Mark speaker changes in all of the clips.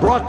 Speaker 1: brought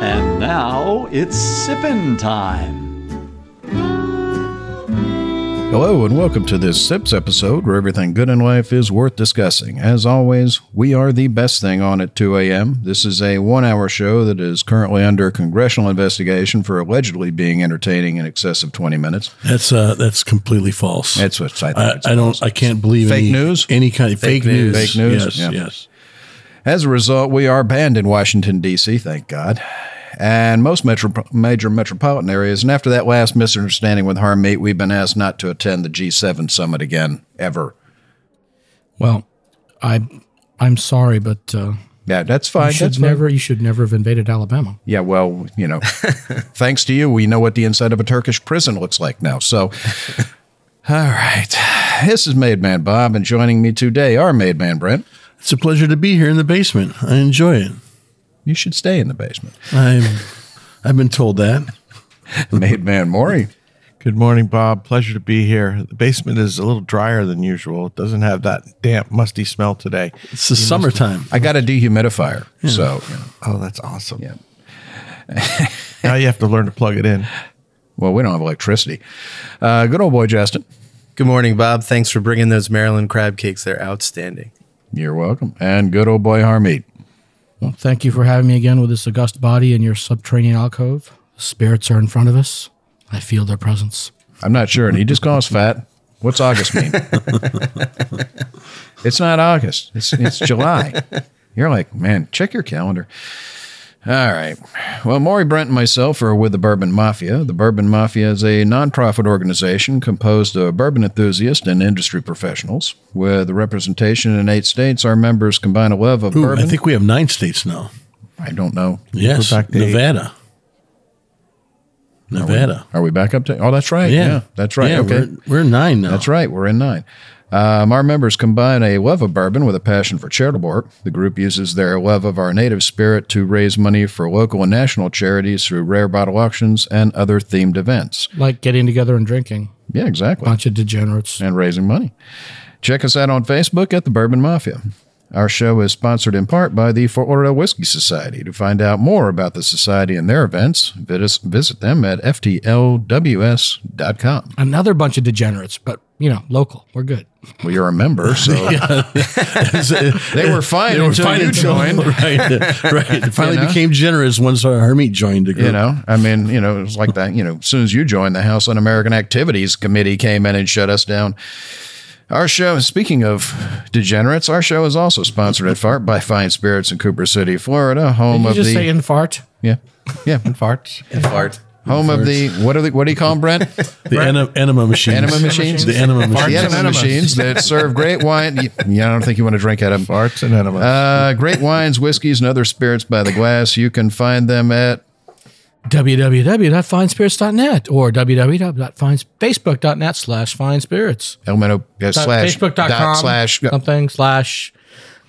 Speaker 1: And now it's sippin' time.
Speaker 2: Hello and welcome to this SIPS episode where everything good in life is worth discussing. As always, we are the best thing on at 2 a.m. This is a one hour show that is currently under congressional investigation for allegedly being entertaining in excess of 20 minutes.
Speaker 3: That's uh, that's completely false.
Speaker 2: That's what I think.
Speaker 3: I,
Speaker 2: it's
Speaker 3: I don't.
Speaker 2: almost.
Speaker 3: I can't believe
Speaker 2: Fake
Speaker 3: any,
Speaker 2: news?
Speaker 3: Any kind of fake,
Speaker 2: Fake news.
Speaker 3: news.
Speaker 2: Fake news,
Speaker 3: Yes.
Speaker 2: yeah.
Speaker 3: Yes.
Speaker 2: As a result, we are banned in Washington, D.C., thank God, and most metro- major metropolitan areas. And after that last misunderstanding with Harmeet, we've been asked not to attend the G7 summit again, ever.
Speaker 4: Well, I I'm sorry, but uh,
Speaker 2: Yeah, that's fine.
Speaker 4: you should
Speaker 2: that's fine.
Speaker 4: never you should never have invaded Alabama.
Speaker 2: Yeah, well, you know, thanks to you, we know what the inside of a Turkish prison looks like now. So, all right. This is Made Man Bob, and joining me today are Made Man Brent.
Speaker 3: It's a pleasure to be here in the basement. I enjoy it.
Speaker 2: You should stay in the basement.
Speaker 3: I'm. I've been told that.
Speaker 2: Made Man Maury.
Speaker 5: Good morning, Bob. Pleasure to be here. The basement is a little drier than usual. It doesn't have that damp, musty smell today.
Speaker 3: It's the summertime.
Speaker 2: I got a dehumidifier. So, you know,
Speaker 5: Oh, that's awesome.
Speaker 2: Yeah.
Speaker 5: now you have to learn to plug it in.
Speaker 2: well, we don't have electricity. Uh, good old boy, Justin.
Speaker 6: Good morning, Bob. Thanks for bringing those Maryland crab cakes. They're outstanding.
Speaker 2: You're welcome. And good old boy, Harmeet.
Speaker 4: Well, thank you for having me again with this august body in your subterranean alcove. The spirits are in front of us. I feel their presence.
Speaker 2: I'm not sure. And he just calls fat. What's August mean? it's not August. It's it's July. You're like, man, check your calendar. All right. Well, Maury Brent and myself are with the Bourbon Mafia. The Bourbon Mafia is a nonprofit organization composed of bourbon enthusiasts and industry professionals. With representation in eight states, our members combine a love of
Speaker 3: Ooh,
Speaker 2: bourbon.
Speaker 3: I think we have nine states now.
Speaker 2: I don't know.
Speaker 3: Yes.
Speaker 5: Go back to eight.
Speaker 3: Nevada. Nevada.
Speaker 2: Are we back up to? Oh, that's right. Yeah, that's right.
Speaker 3: Yeah,
Speaker 2: okay.
Speaker 3: We're, we're nine now.
Speaker 2: That's right. We're in nine. Um, our members combine a love of bourbon with a passion for charitable work. The group uses their love of our native spirit to raise money for local and national charities through rare bottle auctions and other themed events.
Speaker 4: Like getting together and drinking.
Speaker 2: Yeah, exactly.
Speaker 4: Bunch of degenerates.
Speaker 2: And raising money. Check us out on Facebook at the Bourbon Mafia. Our show is sponsored in part by the Fort Lauderdale Whiskey Society. To find out more about the society and their events, visit, visit them at ftlws.com.
Speaker 4: Another bunch of degenerates, but you know, local. We're good.
Speaker 2: Well, you're a member, so they were fine
Speaker 3: They were
Speaker 2: until
Speaker 3: fine
Speaker 2: you
Speaker 3: until-
Speaker 2: joined.
Speaker 3: right. Right. It finally
Speaker 2: You know?
Speaker 3: became generous once our Hermit joined the group.
Speaker 2: You know, I mean, you know, it was like that. You know, as soon as you joined, the House Un American Activities Committee came in and shut us down. Our show, speaking of degenerates, our show is also sponsored at FART by Fine Spirits in Cooper City, Florida, home
Speaker 4: You
Speaker 2: of
Speaker 4: just
Speaker 2: the.
Speaker 4: say infart.
Speaker 2: yeah. Yeah.
Speaker 5: Farts.
Speaker 6: Fart.
Speaker 2: Home of the. What, are the, what do you call them, Brent?
Speaker 3: The enema, enema machines.
Speaker 2: Enema machines?
Speaker 3: The enema
Speaker 2: the
Speaker 3: machines.
Speaker 2: enema machines that serve great wine. Yeah, I don't think you want to drink out of them.
Speaker 5: Farts and enemas.
Speaker 2: Uh, great wines, whiskeys, and other spirits by the glass. You can find them at
Speaker 4: www.finespirits.net or www.facebook.net slash finespirits.
Speaker 2: Elemento uh,
Speaker 4: dot
Speaker 2: slash
Speaker 4: facebook.com
Speaker 2: dot slash hold
Speaker 4: something slash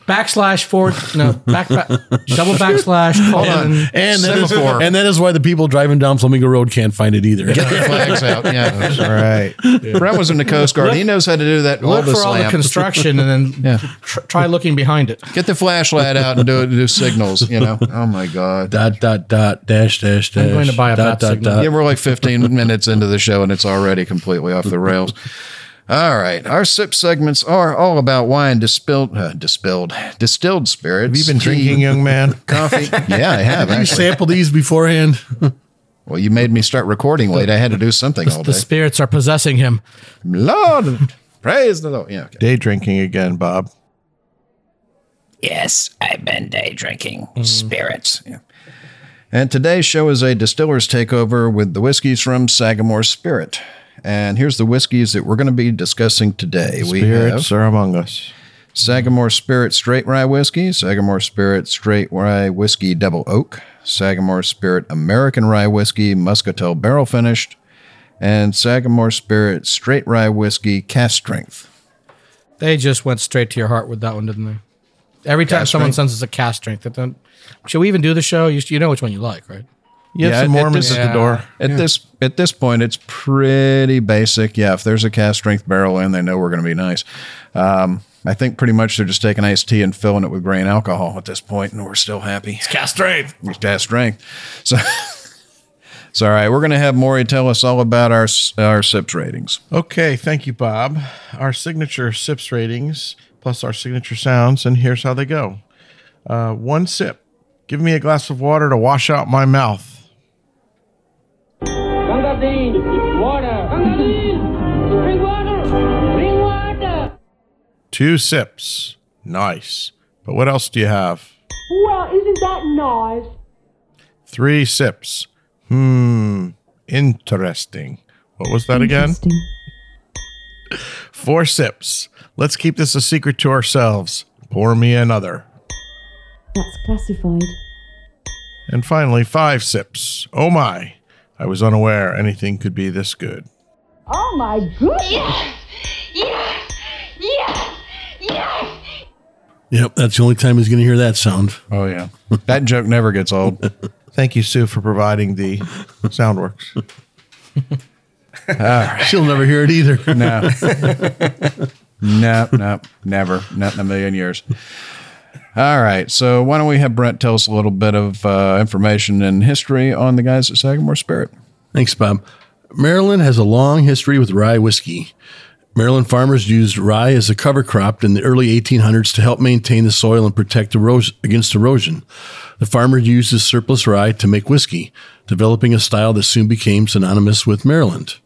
Speaker 4: backslash forward no back, back double backslash colon
Speaker 2: on
Speaker 3: And that, is,
Speaker 2: semaphore
Speaker 3: and that is why the people driving down Flamingo Road can't find it either.
Speaker 2: Get the flags out. Yeah,
Speaker 5: All right.
Speaker 2: Brent was in the Coast Guard. he knows how to do that.
Speaker 4: look
Speaker 2: all the
Speaker 4: for all the
Speaker 2: slam.
Speaker 4: construction and then
Speaker 2: Yeah.
Speaker 4: tr- try looking behind it
Speaker 2: Get the flashlight out and do do signals. You know. Oh my God.
Speaker 3: dot dot dot dash dash dash.
Speaker 4: I'm going to buy a
Speaker 3: dot
Speaker 4: bat
Speaker 3: dot
Speaker 4: signal.
Speaker 3: dot.
Speaker 2: Yeah, we're like 15 minutes into the show and it's already completely off the rails. All right, our sip segments are all about wine, distilled, uh, distilled, distilled spirits.
Speaker 5: Have you been drinking, young man?
Speaker 2: coffee? Yeah, I have.
Speaker 3: You
Speaker 2: Actually.
Speaker 3: sample these beforehand.
Speaker 2: Well, you made me start recording late. I had to do something all
Speaker 4: the
Speaker 2: day.
Speaker 4: spirits are possessing him
Speaker 2: Lord, praise the Lord. Yeah. okay.
Speaker 5: Day drinking again, Bob.
Speaker 7: Yes, I've been day drinking spirits.
Speaker 2: Mm-hmm. And today's show is a distiller's takeover with the whiskeys from Sagamore Spirit. And here's the whiskeys that we're going to be discussing today. we have
Speaker 5: Spirits are among us.
Speaker 2: Sagamore Spirit Straight Rye Whiskey, Sagamore Spirit Straight Rye Whiskey Double Oak, Sagamore Spirit American Rye Whiskey Muscatel Barrel Finished, and Sagamore Spirit Straight Rye Whiskey Cast Strength.
Speaker 4: They just went straight to your heart with that one, didn't they? Every time someone sends us a cast strength, that don't, should we even do the show? You, you know which one you like, right?
Speaker 5: You have
Speaker 2: Yeah, it-
Speaker 5: some
Speaker 2: it
Speaker 5: Mormons
Speaker 2: just-
Speaker 5: at the door.
Speaker 2: At this at this point, it's pretty basic. Yeah, if there's a cast strength barrel in, they know we're going to be nice. Um, I think pretty much they're just taking iced tea and filling it with grain alcohol at this point, and we're still happy.
Speaker 4: Cast strength.
Speaker 2: It's cast strength. So, so all right, we're going to have Maury tell us all about our s- our SIPS ratings.
Speaker 5: Okay, thank you, Bob. Our signature sips ratings plus our signature sounds, and here's how they go. Uh, one sip. Give me a glass of water to wash out my mouth.
Speaker 8: Ganga Dean, water. Ganga Dean, bring water. Bring water.
Speaker 5: Two sips. Nice. But what else do you have?
Speaker 8: Well, isn't that nice?
Speaker 5: Three sips. Hmm. Interesting. What was that again? Four sips. Let's keep this a secret to ourselves. Pour me another.
Speaker 9: That's classified.
Speaker 5: And finally, five sips. Oh my. I was unaware anything could be this good.
Speaker 8: Oh my goodness.
Speaker 10: Yes! Yes! Yes!
Speaker 3: Yep, that's the only time he's going to hear that sound.
Speaker 2: Oh yeah, that joke never gets old.
Speaker 5: Thank you, Sue, for providing the Soundworks.
Speaker 3: She'll never hear it either.
Speaker 2: No. no, no, never. Not in a million years. All right. So why don't we have Brent tell us a little bit of uh, information and history on the guys at Sagamore Spirit?
Speaker 3: Thanks, Bob. Maryland has a long history with rye whiskey. Maryland farmers used rye as a cover crop in the early 1800s to help maintain the soil and protect eros- against erosion. The farmer used his surplus rye to make whiskey, developing a style that soon became synonymous with Maryland.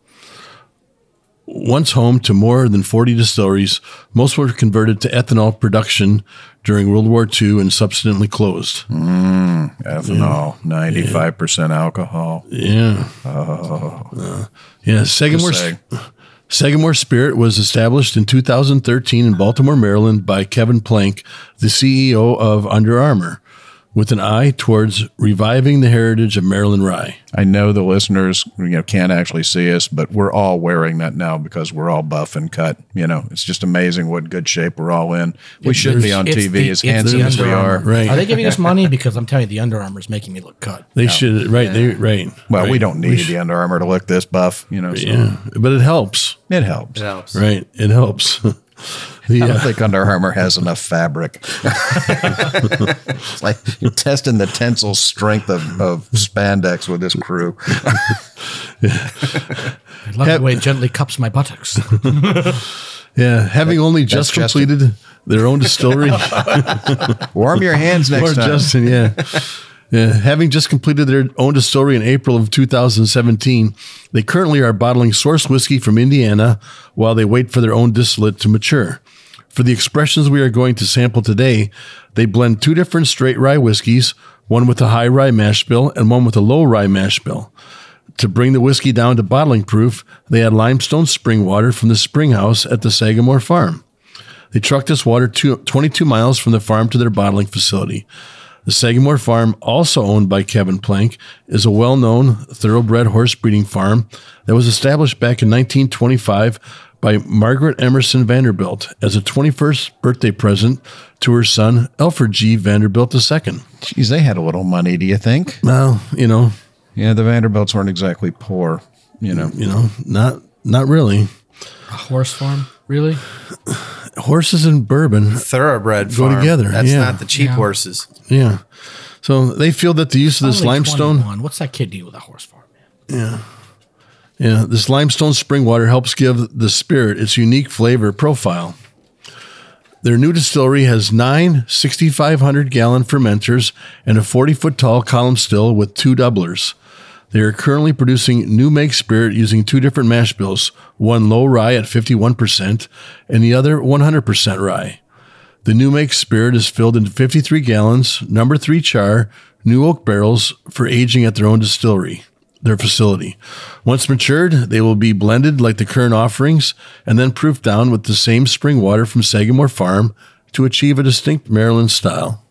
Speaker 3: Once home to more than 40 distilleries, most were converted to ethanol production during World War II and subsequently closed.
Speaker 2: Ethanol, 95% alcohol.
Speaker 3: Yeah. Uh, yeah. Sagamore,
Speaker 2: Just
Speaker 3: Sagamore Spirit was established in 2013 in Baltimore, Maryland by Kevin Plank, the CEO of Under Armour, with an eye towards reviving the heritage of Maryland rye.
Speaker 2: I know the listeners you know, can't actually see us, but we're all wearing that now because we're all buff and cut. You know, it's just amazing what good shape we're all in. We should be on TV as handsome as we are.
Speaker 3: Right.
Speaker 4: Are they giving us money? Because I'm telling you, the Under Armour is making me look cut.
Speaker 3: They should, right. They, right.
Speaker 2: Well, we
Speaker 3: right.
Speaker 2: don't need the Under Armour to look this buff. You know, so
Speaker 3: Yeah. But it helps.
Speaker 2: it helps.
Speaker 3: Right. It helps.
Speaker 2: I don't
Speaker 3: yeah.
Speaker 2: think Under Armour has enough fabric. it's like you're testing the tensile strength of, of spandex with this crew.
Speaker 4: I love the way it gently cups my buttocks.
Speaker 3: Yeah. Having only just
Speaker 2: Justin.
Speaker 3: completed their own distillery.
Speaker 2: Warm your hands next
Speaker 3: Or
Speaker 2: time.
Speaker 3: Justin, yeah. Yeah, having just completed their own distillery in April of 2017, they currently are bottling source whiskey from Indiana while they wait for their own distillate to mature. For the expressions we are going to sample today, they blend two different straight rye whiskeys, one with a high rye mash bill and one with a low rye mash bill. To bring the whiskey down to bottling proof, they add limestone spring water from the spring house at the Sagamore farm. They truck this water to 22 miles from the farm to their bottling facility. The Sagamore Farm, also owned by Kevin Plank, is a well known thoroughbred horse breeding farm that was established back in 1925 by Margaret Emerson Vanderbilt as a 21st birthday present to her son, Alfred G. Vanderbilt II.
Speaker 2: Jeez, they had a little money, do you think?
Speaker 3: Well, you know,
Speaker 2: Yeah, the Vanderbilts weren't exactly poor. You know,
Speaker 3: you know, not not really.
Speaker 4: Horse farm, really?
Speaker 3: Horses and bourbon
Speaker 6: Thoroughbred
Speaker 3: Go
Speaker 6: farm.
Speaker 3: together,
Speaker 6: That's
Speaker 3: yeah.
Speaker 6: not the cheap horses.
Speaker 3: Yeah. So they feel that the use of this
Speaker 4: Only
Speaker 3: limestone
Speaker 4: 21. What's that kid do with a horse farm?
Speaker 3: Yeah, this limestone spring water helps give the spirit its unique flavor profile. Their new distillery has nine 6,500 gallon fermenters and a 40 foot tall column still with two doublers. They are currently producing new make spirit using two different mash bills one low rye at 51% and the other 100% rye. The new make spirit is filled in 53 gallons, number three char, new oak barrels for aging at their own distillery, their facility. Once matured, they will be blended like the current offerings and then proofed down with the same spring water from Sagamore Farm to achieve a distinct Maryland style.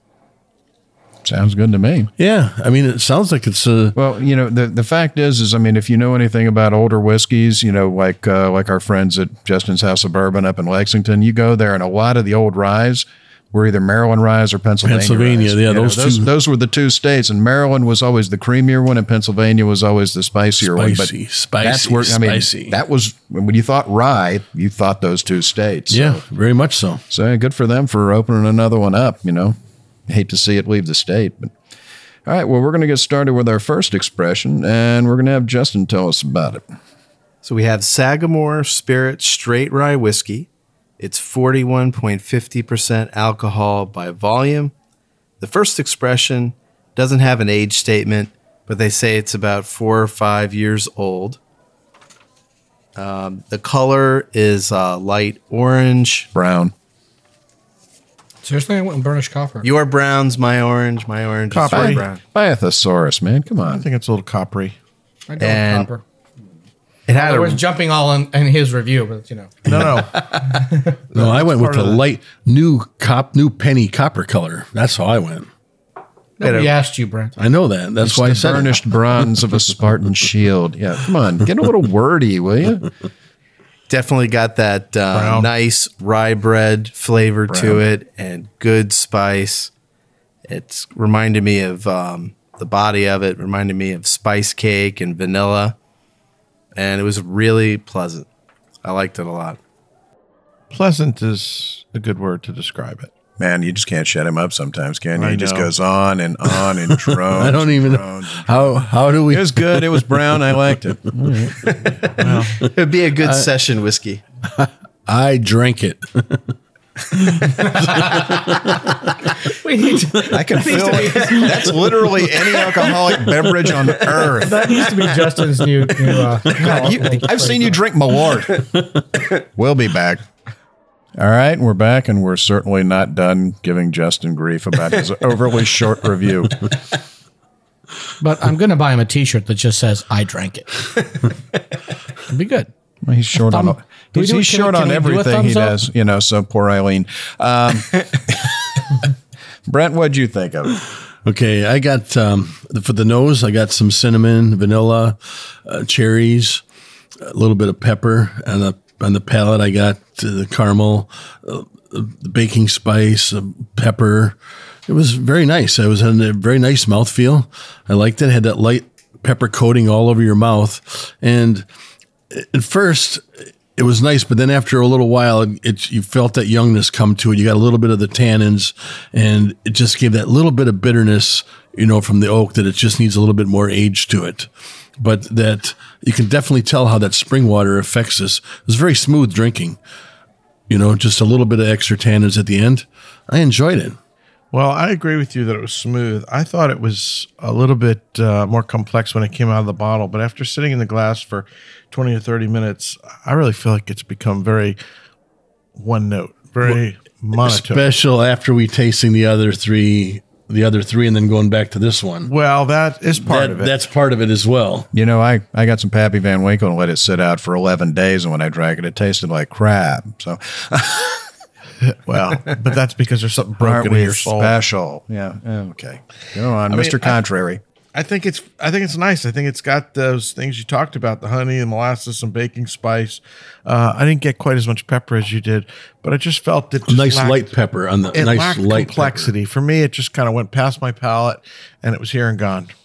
Speaker 2: Sounds good to me.
Speaker 3: Yeah, I mean, it sounds like it's uh, a
Speaker 2: Well, you know, the, the fact is, is I mean, if you know anything about older whiskeys, you know, like uh, like our friends at Justin's House of Bourbon up in Lexington, you go there and a lot of the old ryes were either Maryland ryes or Pennsylvania.
Speaker 3: Pennsylvania,
Speaker 2: ryes.
Speaker 3: yeah,
Speaker 2: You know,
Speaker 3: those
Speaker 2: those,
Speaker 3: two-
Speaker 2: those were the two states, and Maryland was always the creamier one, and Pennsylvania was always the spicier
Speaker 3: Spicy,
Speaker 2: one. But
Speaker 3: spicy,
Speaker 2: that's where I mean,
Speaker 3: spicy.
Speaker 2: that was when you thought rye, you thought those two states.
Speaker 3: yeah, very much so.
Speaker 2: So yeah, good for them for opening another one up. You know, hate to see it leave the state, but all right. Well, we're going to get started with our first expression, and we're going to have Justin tell us about it.
Speaker 6: So we have Sagamore Spirit Straight Rye Whiskey. It's 41.50% alcohol by volume. The first expression doesn't have an age statement, but they say it's about four or five years old. Um, the color is uh, light orange.
Speaker 2: Brown,
Speaker 4: Seriously, I went and burnished copper.
Speaker 6: Your brown's my orange. My orange is your
Speaker 5: Coppery.
Speaker 6: brown.
Speaker 2: buy a thesaurus, man. Come
Speaker 5: I
Speaker 2: on.
Speaker 5: think it's a little coppery.
Speaker 4: I don't
Speaker 6: and-
Speaker 4: copper.
Speaker 6: It had
Speaker 4: I was
Speaker 6: a
Speaker 4: jumping all in, in his review, but you know,
Speaker 5: No, no.
Speaker 3: No, I went with
Speaker 5: part
Speaker 3: the
Speaker 5: of that.
Speaker 3: light new cop, new penny copper color. That's how I went.
Speaker 4: nobody asked you, Brent.
Speaker 3: I know that. That's why I
Speaker 2: the
Speaker 3: said it.
Speaker 2: burnished bronze of a Spartan shield. Yeah, come on, get a little wordy, will you?
Speaker 6: definitely got that uh,
Speaker 5: Brown.
Speaker 6: nice rye bread flavor to it and good spice. It's reminded me of um, the body of it, reminded me of spice cake and vanilla. And it was really pleasant. I liked it a lot.
Speaker 5: Pleasant is a good word to describe it.
Speaker 2: Man, you just can't shut him up sometimes, can you?
Speaker 5: I
Speaker 2: He just
Speaker 5: know.
Speaker 2: goes on and on and drones.
Speaker 3: I don't even know
Speaker 2: drones.
Speaker 3: how how do we
Speaker 2: It was good. It was brown. I liked it.
Speaker 6: It would be a good session whiskey.
Speaker 3: I drank it.
Speaker 4: We need to,
Speaker 2: I can feel it. That's literally any alcoholic beverage on earth.
Speaker 4: that used to be Justin's new. new uh,
Speaker 2: God, you, I've seen you drink Malort. we'll be back. All right, we're back, and we're certainly not done giving Justin grief about his overly short review.
Speaker 4: But I'm gonna buy him a T-shirt that just says "I drank it." It'd be good.
Speaker 2: Well, he's short
Speaker 4: Thumb-
Speaker 2: on
Speaker 4: Do we
Speaker 2: he's,
Speaker 4: do-
Speaker 2: he's
Speaker 4: can we-
Speaker 2: short
Speaker 4: can
Speaker 2: on
Speaker 4: we do a
Speaker 2: everything he
Speaker 4: thumbs up?
Speaker 2: does, you know. So poor Eileen. Um, Brent, what'd you think of it?
Speaker 3: Okay, I got um, for the nose. I got some cinnamon, vanilla, uh, cherries, a little bit of pepper, and the on the palate I got uh, the caramel, uh, the baking spice, uh, pepper. It was very nice. It was had a very nice mouthfeel. I liked it. it. Had that light pepper coating all over your mouth, and at first it was nice, but then after a little while, it you felt that youngness come to it. You got a little bit of the tannins, and it just gave that little bit of bitterness, you know, from the oak that it just needs a little bit more age to it. But that you can definitely tell how that spring water affects this. It was very smooth drinking, you know, just a little bit of extra tannins at the end. I enjoyed it.
Speaker 5: Well, I agree with you that it was smooth. I thought it was a little bit uh, more complex when it came out of the bottle, but after sitting in the glass for 20 or 30 minutes, I really feel like it's become very one note, very monotone.
Speaker 3: Special after we tasting the other three, the other three, and then going back to this one.
Speaker 5: well, that is part
Speaker 3: That-
Speaker 5: of it.
Speaker 3: That's part of it as well.
Speaker 2: You know, I, I got some Pappy Van Winkle and let it sit out for 11 days, and when I drank it, it tasted like crap. So,
Speaker 5: well, but that's because there's something
Speaker 2: aren't
Speaker 5: broken in
Speaker 2: we
Speaker 5: your soul.
Speaker 2: special? Yeah. Okay. Go on,
Speaker 5: mean,
Speaker 2: Mr.
Speaker 5: I-
Speaker 2: Contrary.
Speaker 5: I think it's I think it's nice. I think it's got those things you talked about, the honey and molasses and baking spice. Uh, I didn't get quite as much pepper as you did, but I just felt it just
Speaker 3: nice
Speaker 5: lacked-
Speaker 3: light pepper on the
Speaker 5: It
Speaker 3: nice
Speaker 5: lacked
Speaker 3: light
Speaker 5: complexity. For me, it just kind of went past my palate and it was here and gone.
Speaker 3: pepper.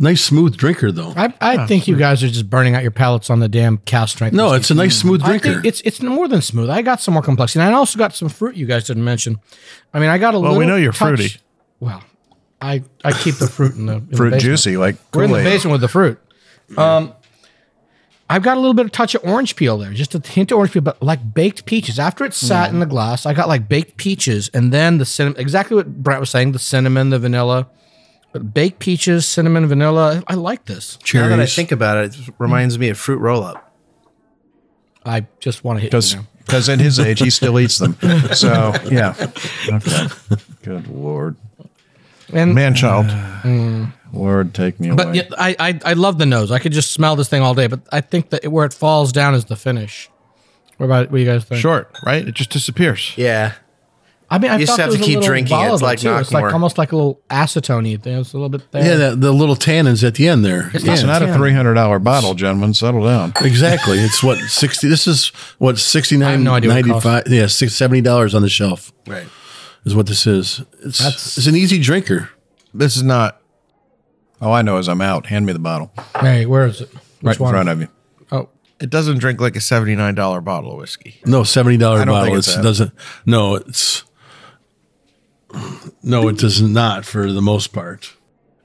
Speaker 3: Nice smooth drinker though.
Speaker 4: I, I think you guys are just burning out your palates on the damn cow strength.
Speaker 3: No, it's a nice smooth
Speaker 4: Mm. I
Speaker 3: drinker.
Speaker 4: think it's it's more than smooth. I got some more complexity, and I also got some fruit you guys didn't mention. I mean, I got a
Speaker 5: Well,
Speaker 4: little.
Speaker 5: we know you're
Speaker 4: touch-
Speaker 5: fruity.
Speaker 4: Well, I I keep the fruit in the in the
Speaker 2: Fruit
Speaker 4: basement.
Speaker 2: juicy, like
Speaker 4: We're in the
Speaker 2: Kool-Aid.
Speaker 4: basement with the fruit. Um, I've got a little bit of touch of orange peel there, just a hint of orange peel, but like baked peaches. After it sat
Speaker 6: Mm.
Speaker 4: in the glass, I got like baked peaches, and then the cinnamon. Exactly what Brent was saying: the cinnamon, the vanilla, but baked peaches, cinnamon, vanilla. I like this.
Speaker 6: Now that I think about it, it reminds me of fruit roll up.
Speaker 4: I just want to hit.
Speaker 2: because
Speaker 4: You now.
Speaker 2: because at his age he still eats them. So yeah, okay. Good lord,
Speaker 4: And
Speaker 5: Man child.
Speaker 2: Lord, take me
Speaker 4: But
Speaker 2: away.
Speaker 4: yeah, I, I I love the nose. I could just smell this thing all day. But I think that where it falls down is the finish. What about what do you guys think?
Speaker 5: Short, right? It just disappears.
Speaker 6: Yeah.
Speaker 4: I mean, I
Speaker 6: You just
Speaker 4: felt
Speaker 6: have
Speaker 4: it
Speaker 6: to
Speaker 4: was a
Speaker 6: keep
Speaker 4: little
Speaker 6: drinking it. It's
Speaker 4: volatile,
Speaker 6: like
Speaker 4: too. It's
Speaker 6: Knockmore.
Speaker 4: like almost like a little acetone. Thing. It's a little bit there.
Speaker 3: Yeah, that, the little tannins at the end there.
Speaker 4: It's
Speaker 3: yeah,
Speaker 4: not
Speaker 2: It's not a
Speaker 4: Yeah.
Speaker 2: three hundred dollar bottle, gentlemen. Settle down.
Speaker 3: exactly. It's what sixty. This is what sixty
Speaker 4: I have
Speaker 3: nine
Speaker 4: no idea what it
Speaker 3: ninety
Speaker 4: costs.
Speaker 3: five. Yeah, six seventy dollars on the shelf
Speaker 6: Right.
Speaker 3: is what this is. It's
Speaker 4: That's-
Speaker 3: it's an easy drinker.
Speaker 5: This is not.
Speaker 2: All I know is I'm out. Hand me the bottle
Speaker 4: Hey, where is it? Which
Speaker 2: right in
Speaker 4: one?
Speaker 2: front of you.
Speaker 4: Oh,
Speaker 5: It doesn't drink like a seventy nine dollar bottle of whiskey.
Speaker 3: No seventy dollar
Speaker 2: I don't
Speaker 3: bottle.
Speaker 2: think
Speaker 3: It
Speaker 2: it's that.
Speaker 3: doesn't. No, it's no, it does not for the most part.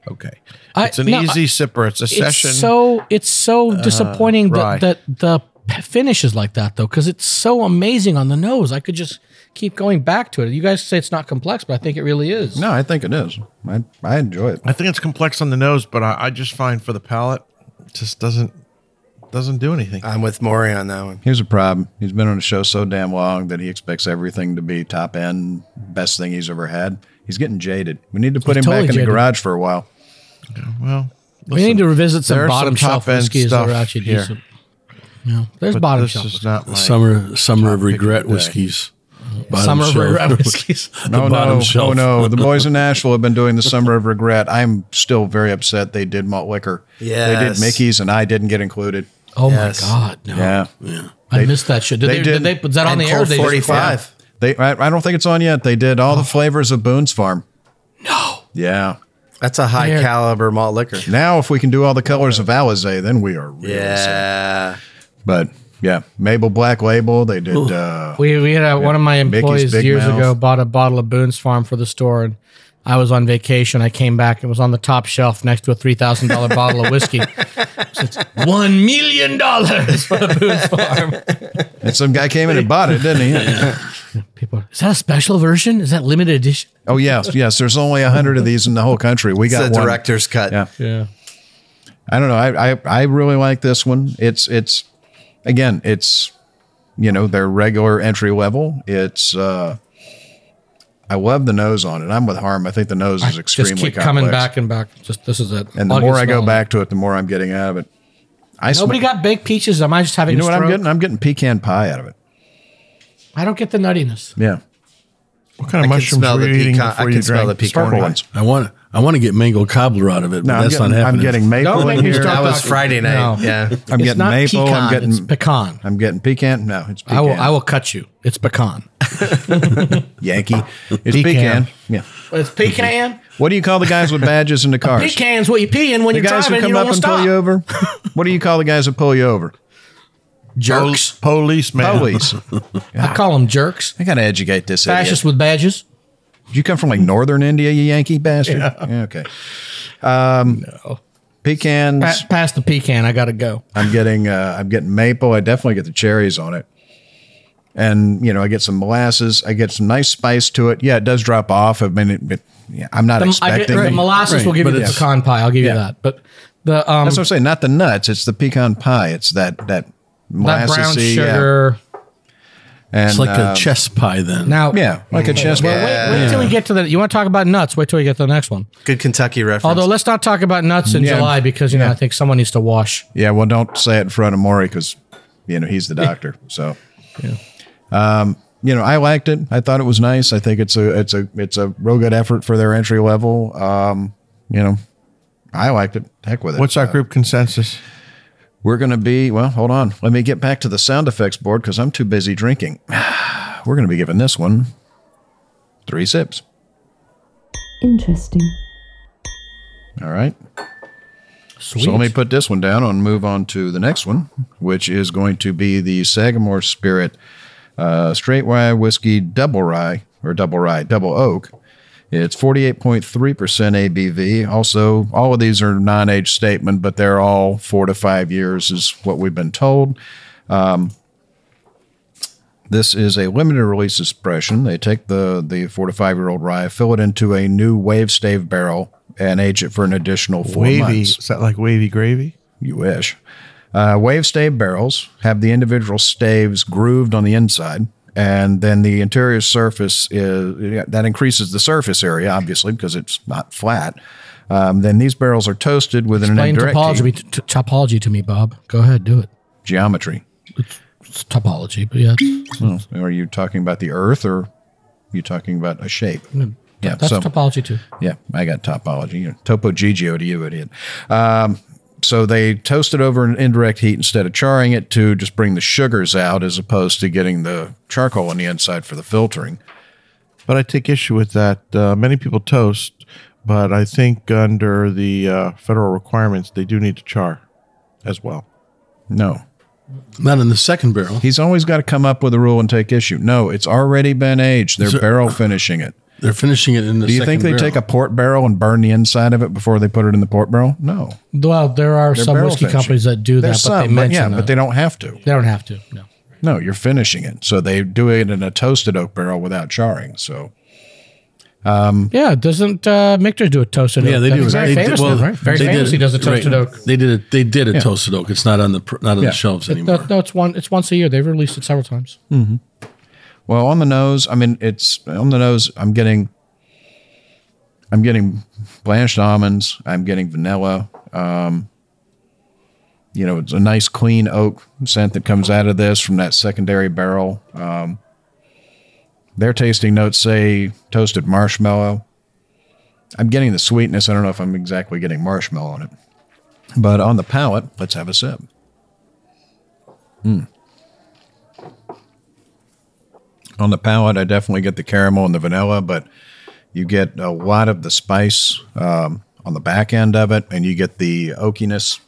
Speaker 5: Okay,
Speaker 4: I-
Speaker 5: it's an
Speaker 4: no,
Speaker 5: easy sipper. It's a session. Uh,
Speaker 4: It's so it's so disappointing
Speaker 5: rye.
Speaker 4: that, that the p- finish is like that though, because it's so amazing on the nose. I could just keep going back to it. You guys say it's not complex, but I think it really is.
Speaker 2: No, I think it is. I, I enjoy it.
Speaker 5: I think it's complex on the nose, but I, I just find for the palate, it just doesn't doesn't do anything.
Speaker 6: I'm with Maury on that one.
Speaker 2: Here's a problem. He's been on the show so damn long that he expects everything to be top end, best thing he's ever had. He's getting jaded. We need to put
Speaker 4: He's
Speaker 2: him
Speaker 4: totally
Speaker 2: back in
Speaker 4: jaded.
Speaker 2: the garage for a while.
Speaker 5: Well,
Speaker 4: we need to revisit some
Speaker 5: there are
Speaker 4: bottom
Speaker 5: some
Speaker 4: shelf
Speaker 5: top-end
Speaker 4: whiskeys that are
Speaker 5: stuff
Speaker 4: actually
Speaker 5: here.
Speaker 4: decent. No, there's
Speaker 5: but
Speaker 4: bottom
Speaker 5: this
Speaker 4: shelf.
Speaker 5: is not my
Speaker 3: Summer summer of regret
Speaker 5: today.
Speaker 3: whiskeys.
Speaker 4: Summer of
Speaker 3: shelf.
Speaker 4: regret whiskeys.
Speaker 3: the
Speaker 2: No,
Speaker 3: bottom
Speaker 2: no,
Speaker 3: shelf.
Speaker 2: oh no. The boys in Nashville have been doing the summer of regret. I'm still very upset they did malt liquor. they did
Speaker 6: Yes.
Speaker 2: Mickey's and I didn't get included.
Speaker 4: oh
Speaker 6: Yes.
Speaker 4: my god, no!
Speaker 2: Yeah,
Speaker 4: I missed that shit. Did
Speaker 2: they
Speaker 4: they,
Speaker 2: did-
Speaker 4: did they put that on
Speaker 6: And
Speaker 4: the air?
Speaker 6: Colt
Speaker 4: They just-
Speaker 6: 45.
Speaker 2: they. I, I don't think it's on yet. They did all the flavors of Boone's Farm. No. Yeah.
Speaker 6: That's a high
Speaker 4: There.
Speaker 6: caliber malt liquor.
Speaker 2: Now, if we can do all the colors of Alizé, then we are really set.
Speaker 6: Yeah.
Speaker 2: But yeah, Mabel Black Label. They did. Uh,
Speaker 4: We we had a, one of my
Speaker 2: Mickey's
Speaker 4: employees
Speaker 2: Big
Speaker 4: years
Speaker 2: Mouth.
Speaker 4: ago bought a bottle of Boone's Farm for the store, and I was on vacation. I came back and was on the top shelf next to a three thousand dollar bottle of whiskey. So it's One million dollars for the Boone's Farm.
Speaker 2: and some guy came in and bought it, didn't he?
Speaker 4: People, are, is that a special version? Is that limited edition?
Speaker 2: Oh yes, yes. There's only a hundred of these in the whole country. We
Speaker 6: It's
Speaker 2: got
Speaker 6: a
Speaker 2: one.
Speaker 6: director's cut.
Speaker 2: Yeah.
Speaker 4: Yeah,
Speaker 2: I don't know. I, I I really like this one. It's it's again, it's you know their regular entry level. It's uh I love the nose on it. I'm with Harm. I think the nose is extremely
Speaker 4: just keep
Speaker 2: complex.
Speaker 4: coming back and back. Just this is it.
Speaker 2: And the
Speaker 4: I'll
Speaker 2: more
Speaker 4: get
Speaker 2: I go
Speaker 4: smelling.
Speaker 2: back to it, the more I'm getting out of it. I sm-
Speaker 4: Nobody got baked peaches. Am I just having?
Speaker 2: You know what
Speaker 4: a
Speaker 2: I'm
Speaker 4: stroke?
Speaker 2: getting? I'm getting pecan pie out of it.
Speaker 4: I don't get the nuttiness.
Speaker 2: Yeah,
Speaker 5: What kind
Speaker 6: I
Speaker 5: of
Speaker 6: can
Speaker 5: mushrooms
Speaker 6: smell
Speaker 5: were
Speaker 6: the
Speaker 5: you eating
Speaker 6: pecan.
Speaker 5: before
Speaker 6: I
Speaker 5: you
Speaker 6: can smell the
Speaker 5: drank?
Speaker 6: pecan.
Speaker 2: purple
Speaker 6: pie.
Speaker 2: ones.
Speaker 3: I want I want to get mango cobbler out of it, but
Speaker 2: No, I'm
Speaker 3: that's
Speaker 2: getting,
Speaker 3: not happening.
Speaker 2: I'm getting maple
Speaker 4: Don't make
Speaker 2: in
Speaker 4: me
Speaker 2: here.
Speaker 4: start
Speaker 6: That was
Speaker 4: Doctor-
Speaker 6: Friday night.
Speaker 4: No.
Speaker 6: Yeah.
Speaker 2: I'm
Speaker 4: It's
Speaker 2: getting
Speaker 4: not
Speaker 2: maple. I'm
Speaker 4: pecan,
Speaker 2: getting
Speaker 4: it's pecan.
Speaker 2: I'm getting pecan. No, it's pecan.
Speaker 4: I will. I will cut you. It's pecan.
Speaker 2: Yankee. It's pecan.
Speaker 4: Pecan.
Speaker 2: Yeah.
Speaker 4: It's pecan.
Speaker 2: What do you call the guys with badges in the cars?
Speaker 4: Pecan's what you pee in when
Speaker 2: The
Speaker 4: you're
Speaker 2: guys who
Speaker 4: driving.
Speaker 2: come
Speaker 4: You don't
Speaker 2: up
Speaker 4: want
Speaker 2: and
Speaker 4: to
Speaker 2: pull
Speaker 4: stop.
Speaker 2: you over. What do you call the guys who pull you over?
Speaker 4: jerks.
Speaker 5: Policeman.
Speaker 2: Police.
Speaker 4: I call them jerks.
Speaker 2: I gotta educate this idiot.
Speaker 4: Fascists with badges.
Speaker 2: Did you come from like northern India, you Yankee bastard? Yeah, okay. Um, Pecans.
Speaker 4: Pa- past the pecan, I gotta go.
Speaker 2: I'm getting uh, I'm getting maple. I definitely get the cherries on it, and you know I get some molasses. I get some nice spice to it. Yeah, it does drop off. I mean, it, it, yeah, I'm not
Speaker 4: The, I get,
Speaker 2: expecting.
Speaker 4: the molasses will give
Speaker 3: but
Speaker 4: you the
Speaker 3: it's-
Speaker 4: pecan pie. I'll give
Speaker 2: Yeah.
Speaker 4: you that. But the um,
Speaker 2: That's what I'm saying. Not the nuts. It's the pecan pie. It's that that
Speaker 4: that
Speaker 2: molasses.
Speaker 4: brown
Speaker 2: yeah.
Speaker 4: sugar.
Speaker 2: And,
Speaker 3: It's like
Speaker 2: uh,
Speaker 3: a chess pie then.
Speaker 4: Now,
Speaker 2: Yeah, like a chess.
Speaker 4: Well, wait, wait till we get to the. You want to talk about nuts? Wait till we get to the next one.
Speaker 6: Good Kentucky reference.
Speaker 4: Although let's not talk about nuts in
Speaker 2: Yeah.
Speaker 4: July because you know
Speaker 2: Yeah.
Speaker 4: I think someone needs to wash.
Speaker 2: Yeah, well, don't say it in front of Maury because, you know, he's the doctor. So, Um, you know, I liked it. I thought it was nice. I think it's a it's a it's a real good effort for their entry level. Um, you know, I liked it. Heck with it.
Speaker 5: What's our group consensus?
Speaker 2: We're gonna be well. Hold on. Let me get back to the sound effects board because I'm too busy drinking. We're gonna be giving this one three sips.
Speaker 9: Interesting.
Speaker 2: All right.
Speaker 4: Sweet.
Speaker 2: So let me put this one down and move on to the next one, which is going to be the Sagamore Spirit uh, Straight Rye Whiskey Double Rye or Double Rye Double Oak. It's 48.3% ABV. Also, all of these are non age statement, but they're all four to five years, is what we've been told. Um, This is a limited release expression. They take the, the four to five year old rye, fill it into a new wave stave barrel, and age it for an additional four
Speaker 5: Wavy.
Speaker 2: months.
Speaker 5: Is that like wavy gravy?
Speaker 2: You wish. Uh, wave stave barrels have the individual staves grooved on the inside, and then the interior surface is yeah, that increases the surface area, obviously, because it's not flat. Um, then these barrels are toasted with an
Speaker 4: Explain
Speaker 2: indirect
Speaker 4: topology, t- topology to me, Bob. Go ahead, do it.
Speaker 2: heat geometry.
Speaker 4: It's topology, but yeah. it's-
Speaker 2: Are you talking about the Earth or you talking about a shape. Yeah,
Speaker 4: Hmm. That's
Speaker 2: so-
Speaker 4: topology too.
Speaker 2: yeah, I got topology. You know, topo Gigio to you, idiot. Um, so they toast it over in indirect heat instead of charring it to just bring the sugars out as opposed to getting the charcoal on the inside for the filtering.
Speaker 5: But I take issue with that. Uh, many people toast, but I think under the uh, federal requirements, they do need to char as well.
Speaker 2: No.
Speaker 3: Not in the second barrel.
Speaker 2: He's always got to come up with a rule and take issue. No, it's already been aged. They're
Speaker 3: So-
Speaker 2: barrel finishing it.
Speaker 3: They're finishing it in the
Speaker 2: Do you think they take a port barrel and burn the inside of it before they put it in the port barrel? No.
Speaker 4: Well, there are
Speaker 2: They're
Speaker 4: some
Speaker 2: barrel
Speaker 4: whiskey
Speaker 2: finishing.
Speaker 4: companies that do that,
Speaker 2: There's
Speaker 4: but they
Speaker 2: some,
Speaker 4: mention
Speaker 2: yeah, but
Speaker 4: they,
Speaker 2: they don't have to.
Speaker 4: they don't have to. No.
Speaker 2: No, you're finishing it. So they do it in a toasted oak barrel without charring. So Hmm.
Speaker 4: Yeah, doesn't uh, Michter's do a toasted oak?
Speaker 3: Yeah, they
Speaker 4: That's
Speaker 3: do.
Speaker 4: Very
Speaker 3: they
Speaker 4: famous,
Speaker 3: well,
Speaker 4: right? Very
Speaker 3: they
Speaker 4: famous.
Speaker 3: did-
Speaker 4: He does a toasted
Speaker 3: right.
Speaker 4: oak.
Speaker 3: They did it. They did a toasted oak. It's not on the pr- not on
Speaker 2: Yeah.
Speaker 3: the shelves anymore.
Speaker 4: No, no, it's one. It's once a year. They've released it several times.
Speaker 2: Hmm. Well, on the nose, I mean, it's on the nose. I'm getting, I'm getting blanched almonds. I'm getting vanilla. Um, you know, it's a nice clean oak scent that comes out of this from that secondary barrel. Um, their tasting notes say toasted marshmallow. I'm getting the sweetness. I don't know if I'm exactly getting marshmallow on it, but on the palate, let's have a sip. on the palate. I definitely get the caramel and the vanilla, but you get a lot of the spice um, on the back end of it, and you get the oakiness,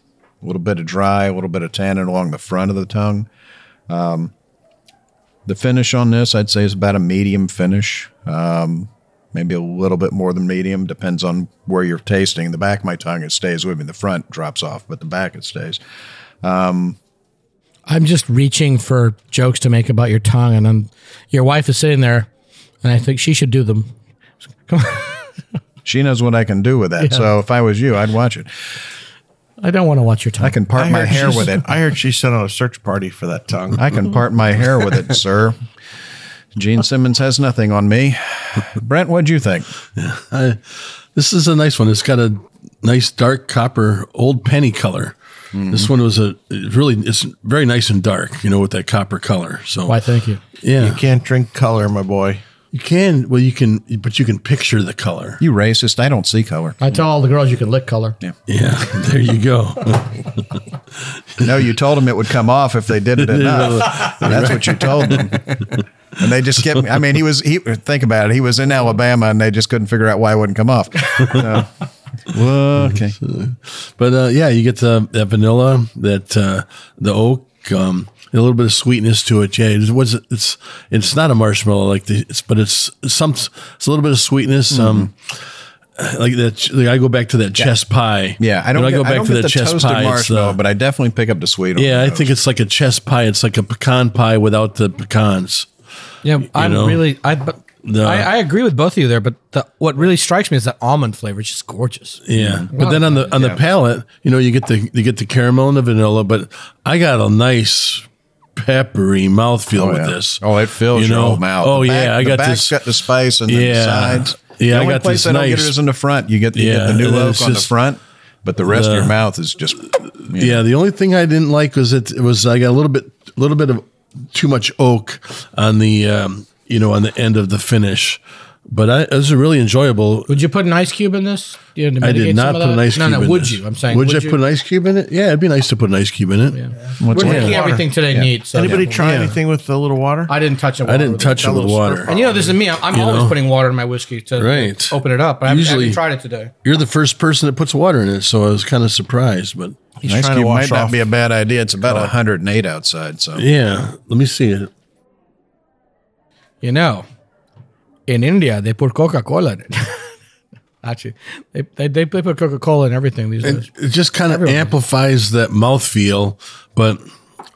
Speaker 2: a little bit of dry, a little bit of tannin along the front of the tongue. Um, the finish on this, I'd say, is about a medium finish, um, maybe a little bit more than medium. Depends on where you're tasting. The back of my tongue, it stays with me. The front drops off, but the back, it stays.
Speaker 4: I'm just reaching for jokes to make about your tongue, and I'm, your wife is sitting there, and I think she should do them. Come on.
Speaker 2: She knows what I can do with that. So if I was you, I'd watch it.
Speaker 4: I don't want to watch your tongue.
Speaker 2: I can part my
Speaker 5: heard
Speaker 2: hair
Speaker 5: she's-
Speaker 2: with it.
Speaker 5: I heard she sent out a search party for that tongue.
Speaker 2: I can part my hair with it, sir. Gene Simmons has nothing on me. Brent, what'd you think?
Speaker 3: I, this is a nice one. It's got a nice dark copper old penny color. This one was a it really. It's very nice and dark. You know, with that copper color. So
Speaker 4: Why? Thank you.
Speaker 3: yeah, you
Speaker 5: You
Speaker 3: can,
Speaker 5: can't drink color, my boy.
Speaker 3: Well, you can, but you can picture the color.
Speaker 2: You racist. I don't see color.
Speaker 4: I tell all the girls you can lick color.
Speaker 3: Yeah, there you go.
Speaker 2: No, you told them it would come off if they did it enough. That's what you told them. And they just kept. I mean, he was. He think about it. He was in Alabama, and they just couldn't figure out why it wouldn't come off. So, okay.
Speaker 3: But uh, yeah, you get the, that vanilla, that uh, the oak, um, a little bit of sweetness to it. Yeah, it was it's it's not a marshmallow like the, it's, but it's some it's a little bit of sweetness.
Speaker 2: Mm-hmm.
Speaker 3: Um, like that, like I go back to that chess pie.
Speaker 2: Yeah, I don't.
Speaker 3: When
Speaker 2: get,
Speaker 3: I go back
Speaker 2: I don't
Speaker 3: to
Speaker 2: get
Speaker 3: that
Speaker 2: the
Speaker 3: chess
Speaker 2: toasted
Speaker 3: pie. it's the- uh,
Speaker 2: marshmallow, but I definitely pick up the sweet. on
Speaker 3: yeah, I
Speaker 2: those.
Speaker 3: think it's like a chess pie. It's like a pecan pie without the pecans.
Speaker 4: Yeah, I'm
Speaker 3: know?
Speaker 4: really. I, but
Speaker 3: The-
Speaker 4: I I agree with both of you there. But the, what really strikes me is that almond flavor. It's just gorgeous.
Speaker 3: Yeah,
Speaker 2: Mm-hmm.
Speaker 3: but then on the on the palate, you know, you get the you get the caramel and the vanilla, but I got a nice peppery mouthfeel
Speaker 2: Oh,
Speaker 3: with
Speaker 2: yeah.
Speaker 3: this.
Speaker 2: Oh, it fills
Speaker 3: You
Speaker 2: your
Speaker 3: know?
Speaker 2: whole mouth.
Speaker 3: Oh
Speaker 2: The back-
Speaker 3: yeah, I
Speaker 2: the
Speaker 3: got
Speaker 2: back's
Speaker 3: this.
Speaker 2: got the spice and the
Speaker 3: Yeah,
Speaker 2: sides.
Speaker 3: yeah,
Speaker 2: the
Speaker 3: I
Speaker 2: only
Speaker 3: got
Speaker 2: place
Speaker 3: this
Speaker 2: I don't get
Speaker 3: nice-
Speaker 2: it is in the front. You get, you get
Speaker 3: Yeah,
Speaker 2: the new
Speaker 3: and
Speaker 2: oak
Speaker 3: it's
Speaker 2: on the
Speaker 3: just-
Speaker 2: front, but the rest of your
Speaker 3: the-
Speaker 2: mouth is just.
Speaker 3: yeah. the only thing I didn't like was it, it was I got a little bit a little bit of too much oak on the um, you know on the end of the finish, but I, it was really enjoyable.
Speaker 4: Would you put an ice cube in this? You know, to
Speaker 3: I did
Speaker 4: mitigate
Speaker 3: not
Speaker 4: some of
Speaker 3: put an
Speaker 4: that?
Speaker 3: ice
Speaker 4: no,
Speaker 3: cube.
Speaker 4: No,
Speaker 3: in
Speaker 4: Would
Speaker 3: this.
Speaker 4: you? I'm saying.
Speaker 3: Would, you put an ice cube in it? Yeah, it'd be nice to put an ice cube in it.
Speaker 4: We're
Speaker 2: What's
Speaker 4: drinking
Speaker 2: water?
Speaker 4: everything today neat. So
Speaker 5: Anybody try anything with a little water?
Speaker 4: I didn't touch it.
Speaker 3: I didn't touch it with water.
Speaker 4: And you know, this is me. I'm, I'm
Speaker 3: You
Speaker 4: always
Speaker 3: know?
Speaker 4: putting water in my whiskey to
Speaker 3: Right.
Speaker 4: open it up. But I haven't, I
Speaker 3: Usually-
Speaker 4: haven't tried it today.
Speaker 3: You're the first person that puts water in it, so I was kind of surprised. But
Speaker 2: An ice
Speaker 5: trying to
Speaker 2: cube might
Speaker 5: wash
Speaker 2: not
Speaker 5: off
Speaker 2: be a bad idea. It's about 108 outside, so
Speaker 3: yeah, let me see it.
Speaker 4: You know, in India they put Coca Cola in it. Actually, they they, they put Coca Cola in everything these days.
Speaker 3: It just kind of amplifies that mouthfeel, but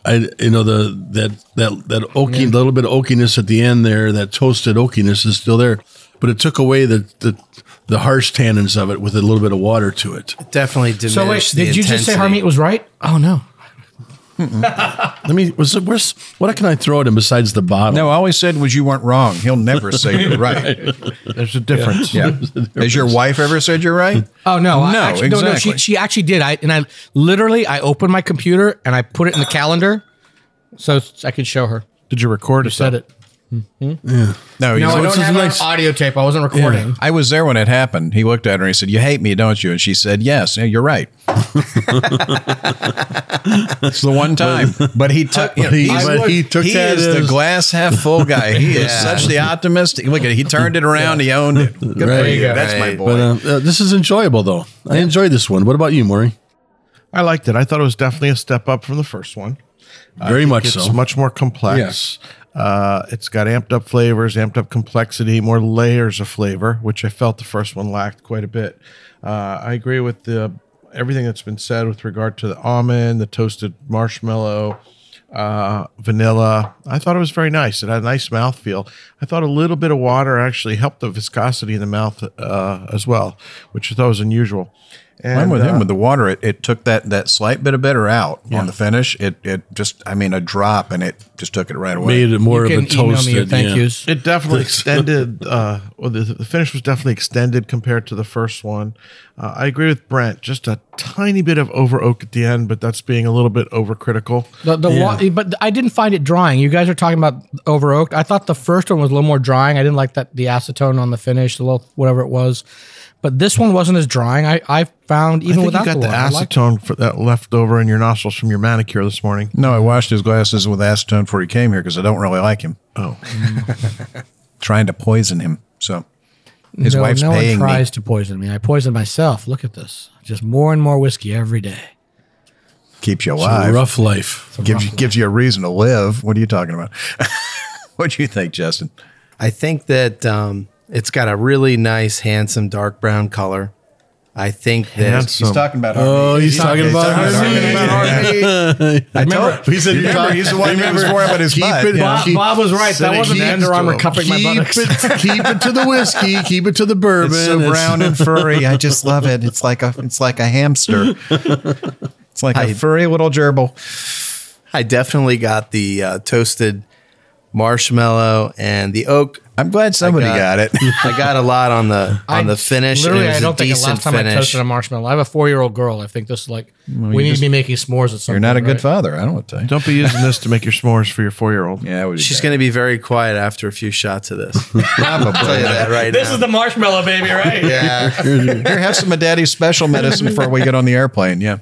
Speaker 3: I, you know, the that that that oaky, little bit of oakiness at the end there, that toasted oakiness is still there, but it took away the the, the harsh tannins of it with a little bit of water to it.
Speaker 6: Definitely diminished
Speaker 4: So wait,
Speaker 6: the
Speaker 4: did you just say
Speaker 6: intensity.
Speaker 4: Harmeet was right? Oh no.
Speaker 3: Let me. Was it worse? What can I throw at him besides the bottle?
Speaker 2: no. I always said was you weren't wrong. He'll never say you're right.
Speaker 5: There's a difference.
Speaker 2: Yeah. Has your wife ever said you're right?
Speaker 4: Oh no! I
Speaker 2: No,
Speaker 4: actually, no, no. She
Speaker 2: exactly.
Speaker 4: she actually did. I and I literally I opened my computer and I put it in the calendar, so I could show her.
Speaker 5: Did you record it?
Speaker 4: Said it.
Speaker 6: No,
Speaker 4: No,
Speaker 6: you
Speaker 4: I
Speaker 6: know,
Speaker 4: don't
Speaker 3: this is
Speaker 4: have it on
Speaker 3: nice.
Speaker 4: audio tape. I wasn't recording.
Speaker 2: I was there when it happened. He looked at her and he said, You hate me, don't you? And she said, Yes, yeah, you're right. it's the one time. Uh, But he took
Speaker 3: But he-
Speaker 2: he's-
Speaker 3: but he took
Speaker 2: he
Speaker 3: that
Speaker 2: is the
Speaker 3: as-
Speaker 2: glass half full guy. He is such the optimist. Look at it. He turned it around. He owned it. Good for
Speaker 3: Right.
Speaker 2: you. That's my
Speaker 6: Right.
Speaker 2: boy.
Speaker 3: But uh, uh, this is enjoyable, though. I enjoyed this one. What about you, Maury?
Speaker 5: I liked it. I thought it was definitely a step up from the first one. I
Speaker 3: Very
Speaker 5: think
Speaker 3: much
Speaker 5: it's
Speaker 3: so.
Speaker 5: much more complex. Uh, it's got amped up flavors, amped up complexity, more layers of flavor, which I felt the first one lacked quite a bit. Uh, I agree with the everything that's been said with regard to the almond, the toasted marshmallow, uh, vanilla. I thought it was very nice. It had a nice mouthfeel. I thought a little bit of water actually helped the viscosity in the mouth uh, as well, which I thought was unusual. And,
Speaker 2: I'm with
Speaker 5: uh,
Speaker 2: him with the water. It, it took that that slight bit of bitter out on the finish. It it just I mean a drop and it just took it right away.
Speaker 3: Made it more
Speaker 4: You
Speaker 3: of a
Speaker 4: can email me your
Speaker 3: toasted.
Speaker 4: thank
Speaker 3: yeah.
Speaker 4: yous.
Speaker 5: It definitely extended. Uh, well, the, the finish was definitely extended compared to the first one. Uh, I agree with Brent. Just a tiny bit of over oak at the end, but that's being a little bit overcritical.
Speaker 4: The, the wa- but I didn't find it drying. You guys are talking about over oaked. I thought the first one was a little more drying. I didn't like that the acetone on the finish, the little whatever it was. But this one wasn't as drying. I, I found
Speaker 5: I
Speaker 4: even
Speaker 5: think you
Speaker 4: without
Speaker 5: got the
Speaker 4: water, I liked it.
Speaker 5: acetone for that leftover in your nostrils from your manicure this morning.
Speaker 2: No, I washed his glasses with acetone before he came here because I don't really like him.
Speaker 5: Oh,
Speaker 2: Trying to poison him. So his
Speaker 4: no,
Speaker 2: wife's
Speaker 4: no
Speaker 2: paying
Speaker 4: one
Speaker 2: me.
Speaker 4: tries to poison me. I poison myself. Look at this. Just more and more whiskey every day.
Speaker 2: Keeps you
Speaker 3: It's a
Speaker 2: alive.
Speaker 3: rough life.
Speaker 2: gives you, gives you a reason to live. What are you talking about? what do you think, Justin?
Speaker 6: I think that um, it's got a really nice, handsome dark brown color. I think that
Speaker 5: handsome.
Speaker 2: talking about
Speaker 3: Oh, he's talking about
Speaker 5: Uh,
Speaker 2: talking about
Speaker 3: Harvey.
Speaker 2: I told
Speaker 3: He said you're
Speaker 2: remember,
Speaker 3: talking-
Speaker 2: he's the one that was
Speaker 3: remember,
Speaker 2: worried about his
Speaker 3: keep
Speaker 2: butt.
Speaker 3: it-
Speaker 2: yeah.
Speaker 3: Bob- Bob
Speaker 4: was right.
Speaker 5: That wasn't an Under Armour cupping
Speaker 4: my
Speaker 3: Keep it, keep it to the whiskey. Keep it to the bourbon.
Speaker 2: It's so
Speaker 3: It's-
Speaker 2: brown and furry. I just love it. It's like a it's like a hamster. It's like a furry little gerbil.
Speaker 6: I definitely got the uh, toasted marshmallow and the oak.
Speaker 2: I'm glad somebody got,
Speaker 6: got-
Speaker 2: it.
Speaker 6: I got a lot on the on the finish. and
Speaker 4: Literally,
Speaker 6: it was
Speaker 4: I
Speaker 6: a
Speaker 4: don't think the
Speaker 6: decent
Speaker 4: last time
Speaker 6: finish.
Speaker 4: I toasted a marshmallow. I have a four-year-old girl. I think this is like we need to be making s'mores at some.
Speaker 2: You're not a
Speaker 4: point,
Speaker 2: good
Speaker 4: right?
Speaker 2: father. I don't want to tell you.
Speaker 5: don't be using this to make your s'mores for your four-year-old.
Speaker 2: Yeah, that would be
Speaker 6: She's
Speaker 2: bad.
Speaker 6: going to be very quiet after a few shots of this.
Speaker 2: probably.
Speaker 6: Yeah, right
Speaker 4: This
Speaker 6: now.
Speaker 4: is the marshmallow baby, right?
Speaker 2: Here, have some of Daddy's special medicine before we get on the airplane. Yeah.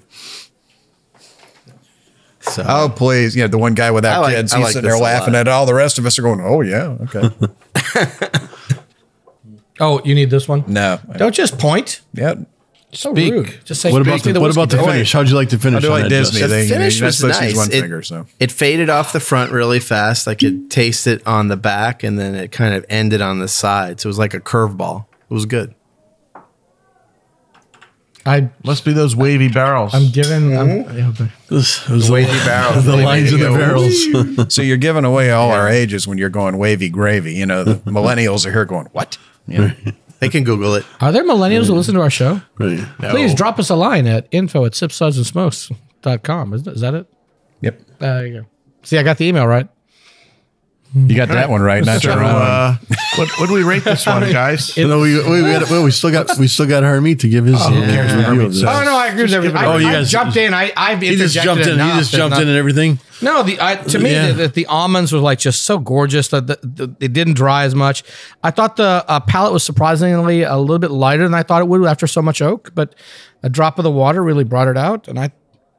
Speaker 6: So-
Speaker 2: Oh please! Yeah, the one guy
Speaker 6: I
Speaker 2: without
Speaker 6: like-
Speaker 2: kids,
Speaker 6: I
Speaker 2: he's
Speaker 6: like
Speaker 2: sitting
Speaker 6: this
Speaker 2: there
Speaker 6: a
Speaker 2: laughing
Speaker 6: lot.
Speaker 2: at it. all. The rest of us are going, "Oh yeah, okay."
Speaker 4: Oh, you need this one?
Speaker 2: no,
Speaker 4: Don't just point.
Speaker 2: yeah.
Speaker 4: So rude. Just say.
Speaker 3: What
Speaker 4: "Speak
Speaker 3: about
Speaker 4: me
Speaker 3: the, what
Speaker 4: whiskey
Speaker 3: about the
Speaker 4: baby."
Speaker 3: finish? How'd you like the
Speaker 2: I
Speaker 3: finish?
Speaker 2: do
Speaker 3: on
Speaker 2: like
Speaker 3: that,
Speaker 2: Disney.
Speaker 3: Justin?
Speaker 2: They,
Speaker 6: The finish
Speaker 2: you're not
Speaker 6: was
Speaker 2: supposed to use
Speaker 6: nice.
Speaker 2: one
Speaker 6: it,
Speaker 2: finger, so
Speaker 6: it faded off the front really fast. I could taste it on the back, and then it kind of ended on the side. So it was like a curveball. It was good.
Speaker 4: I.
Speaker 5: Must be those wavy barrels.
Speaker 4: I'm giving. I'm, yeah, but-
Speaker 3: This was the,
Speaker 6: barrels.
Speaker 3: the lines in the
Speaker 6: go.
Speaker 3: barrels.
Speaker 2: So you're giving away all our ages when you're going wavy gravy. You know, the millennials are here going, what? Yeah.
Speaker 6: They can Google it.
Speaker 4: are there millennials who listen to our show?
Speaker 3: Right.
Speaker 4: Please drop us a line at info at sipsudsandsmokes.com. Isn't it? Is that it? Uh,
Speaker 2: Yep.
Speaker 4: There you go. See, I got the email right.
Speaker 2: You got that one right, not
Speaker 5: so,
Speaker 2: your own.
Speaker 5: uh, what, what do we rate this one, guys?
Speaker 3: No, we, we, we, got, well, we still got we still got Hermie to give his uh, review of this.
Speaker 4: Oh no, I agree with everything.
Speaker 3: Oh,
Speaker 4: I,
Speaker 3: you
Speaker 4: I
Speaker 3: guys-
Speaker 4: jumped in. I, I've
Speaker 3: he just
Speaker 4: interjected
Speaker 3: jumped in. He
Speaker 4: enough
Speaker 3: just
Speaker 4: that
Speaker 3: jumped
Speaker 4: not-
Speaker 3: in and everything.
Speaker 4: No, the I, to me
Speaker 3: Yeah.
Speaker 4: the, the, the almonds were like just so gorgeous that the, the, it didn't dry as much. I thought the uh, palate was surprisingly a little bit lighter than I thought it would after so much oak, but a drop of the water really brought it out. And I